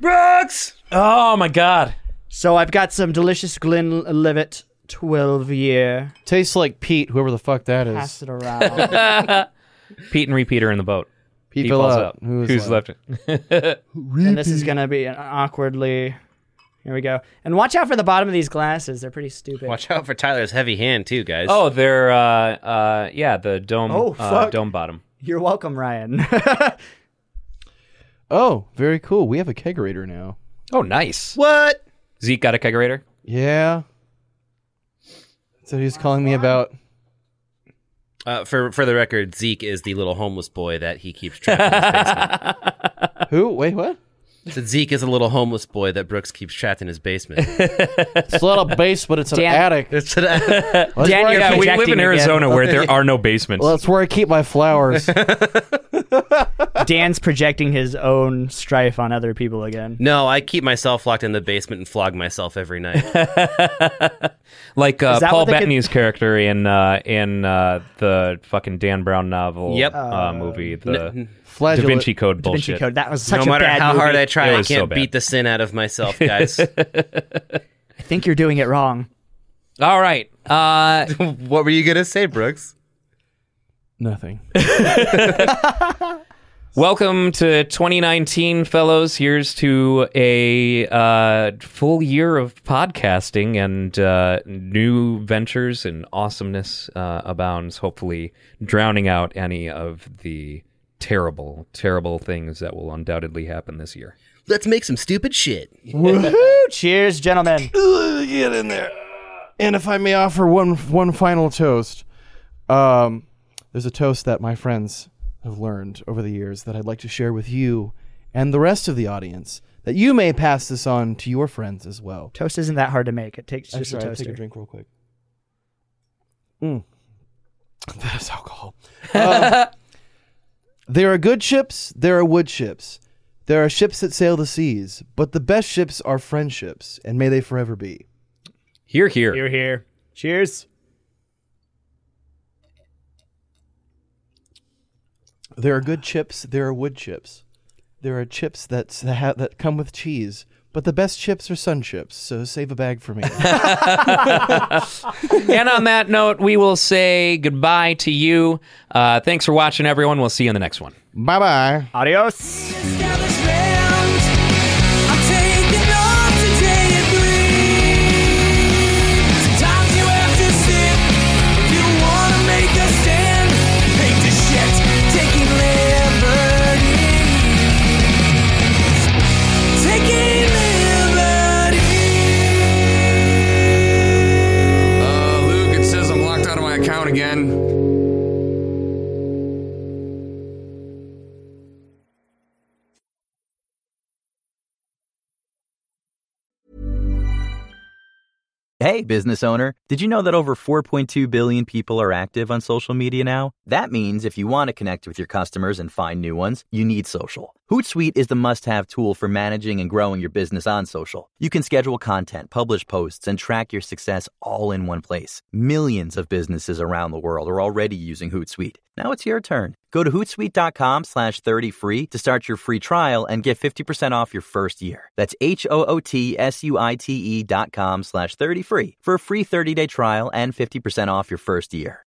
Speaker 4: Brooks. Oh my god.
Speaker 6: So I've got some delicious Glenlivet 12 year.
Speaker 5: Tastes like Pete, whoever the fuck that is.
Speaker 6: Pass it around.
Speaker 4: Pete and Repeat are in the boat.
Speaker 5: Pete
Speaker 4: He
Speaker 5: fell
Speaker 4: falls
Speaker 5: out.
Speaker 4: out.
Speaker 5: Who is
Speaker 4: Who's left?
Speaker 5: left?
Speaker 6: and this is going to be an awkwardly Here we go. And watch out for the bottom of these glasses. They're pretty stupid.
Speaker 7: Watch out for Tyler's heavy hand too, guys.
Speaker 4: oh, they're uh, uh, yeah, the dome.
Speaker 6: Oh,
Speaker 4: uh,
Speaker 6: fuck.
Speaker 4: dome bottom.
Speaker 6: You're welcome, Ryan.
Speaker 5: Oh, very cool. We have a kegerator now.
Speaker 4: Oh, nice.
Speaker 7: what?
Speaker 4: Zeke got a kegerator.
Speaker 5: Yeah. That's what he was calling me about.
Speaker 7: Uh, for for the record, Zeke is the little homeless boy that he keeps trapped in his basement.
Speaker 5: Who? Wait, what?
Speaker 7: So Zeke is a little homeless boy that Brooks keeps trapped in his basement.
Speaker 5: It's not a base, but it's an
Speaker 6: Dan-
Speaker 5: attic.
Speaker 7: It's an-
Speaker 5: Well, that's, where
Speaker 4: Yeah,
Speaker 5: I,
Speaker 6: you're
Speaker 4: we live
Speaker 6: projecting
Speaker 4: in
Speaker 6: again.
Speaker 4: Arizona where there are no basements.
Speaker 5: well, that's where I keep my flowers.
Speaker 6: Dan's projecting his own strife on other people again.
Speaker 7: no, I keep myself locked in the basement and flog myself every night.
Speaker 4: like uh,
Speaker 6: Is that
Speaker 4: Paul
Speaker 6: what they could-
Speaker 4: Bettany's character in uh, in uh, the fucking Dan Brown novel.
Speaker 7: Yep.
Speaker 4: Uh, movie the Da
Speaker 5: Flagellant.
Speaker 4: Vinci Code
Speaker 6: Da Vinci
Speaker 4: bullshit.
Speaker 6: Code. That was such
Speaker 7: no
Speaker 6: a
Speaker 7: matter
Speaker 6: bad
Speaker 7: how
Speaker 6: movie.
Speaker 7: hard I try,
Speaker 4: It
Speaker 7: I
Speaker 4: was so
Speaker 7: can't
Speaker 4: bad.
Speaker 7: beat the sin out of myself, guys.
Speaker 6: I think you're doing it wrong.
Speaker 4: All right. Uh,
Speaker 7: what were you gonna say, Brooks?
Speaker 5: Nothing.
Speaker 4: welcome to 2019, fellows. Here's to a uh, full year of podcasting and uh, new ventures and awesomeness uh, abounds. Hopefully, drowning out any of the terrible, terrible things that will undoubtedly happen this year.
Speaker 7: Let's make some stupid shit.
Speaker 6: Woohoo! Cheers, gentlemen.
Speaker 5: Get in there. And if I may offer one one final toast, um, there's a toast that my friends have learned over the years that I'd like to share with you and the rest of the audience that you may pass this on to your friends as well.
Speaker 6: Toast isn't that hard to make. It takes
Speaker 5: I'm
Speaker 6: just
Speaker 5: sorry,
Speaker 6: a
Speaker 5: I'll take a
Speaker 6: toaster.
Speaker 5: drink real quick. Mm. That is alcohol. Um, there are good ships. There are wood ships. There are ships that sail the seas, but the best ships are friendships, and may they forever be.
Speaker 4: Here, here.
Speaker 6: You're here. Cheers.
Speaker 5: There are good chips. There are wood chips. There are chips that's, that ha- that come with cheese, but the best chips are sun chips. So save a bag for me.
Speaker 4: and on that note, we will say goodbye to you. Uh, thanks for watching, everyone. We'll see you in the next one.
Speaker 5: bye bye.
Speaker 6: Adios.
Speaker 3: Establishment. I'm taking off today at three. Sometimes you have to sit if you wanna make a stand. Hate the shit, taking liberties. Taking liberties.
Speaker 11: Uh, Luke, it says I'm locked out of my account again.
Speaker 12: Hey, business owner, did you know that over 4.2 billion people are active on social media now? That means if you want to connect with your customers and find new ones, you need social. Hootsuite is the must have tool for managing and growing your business on social. You can schedule content, publish posts, and track your success all in one place. Millions of businesses around the world are already using Hootsuite. Now it's your turn. Go to hootsuite.com slash 30 free to start your free trial and get 50% off your first year. That's H O O T S U I T E dot com slash 30 free for a free 30 day trial and 50% off your first year.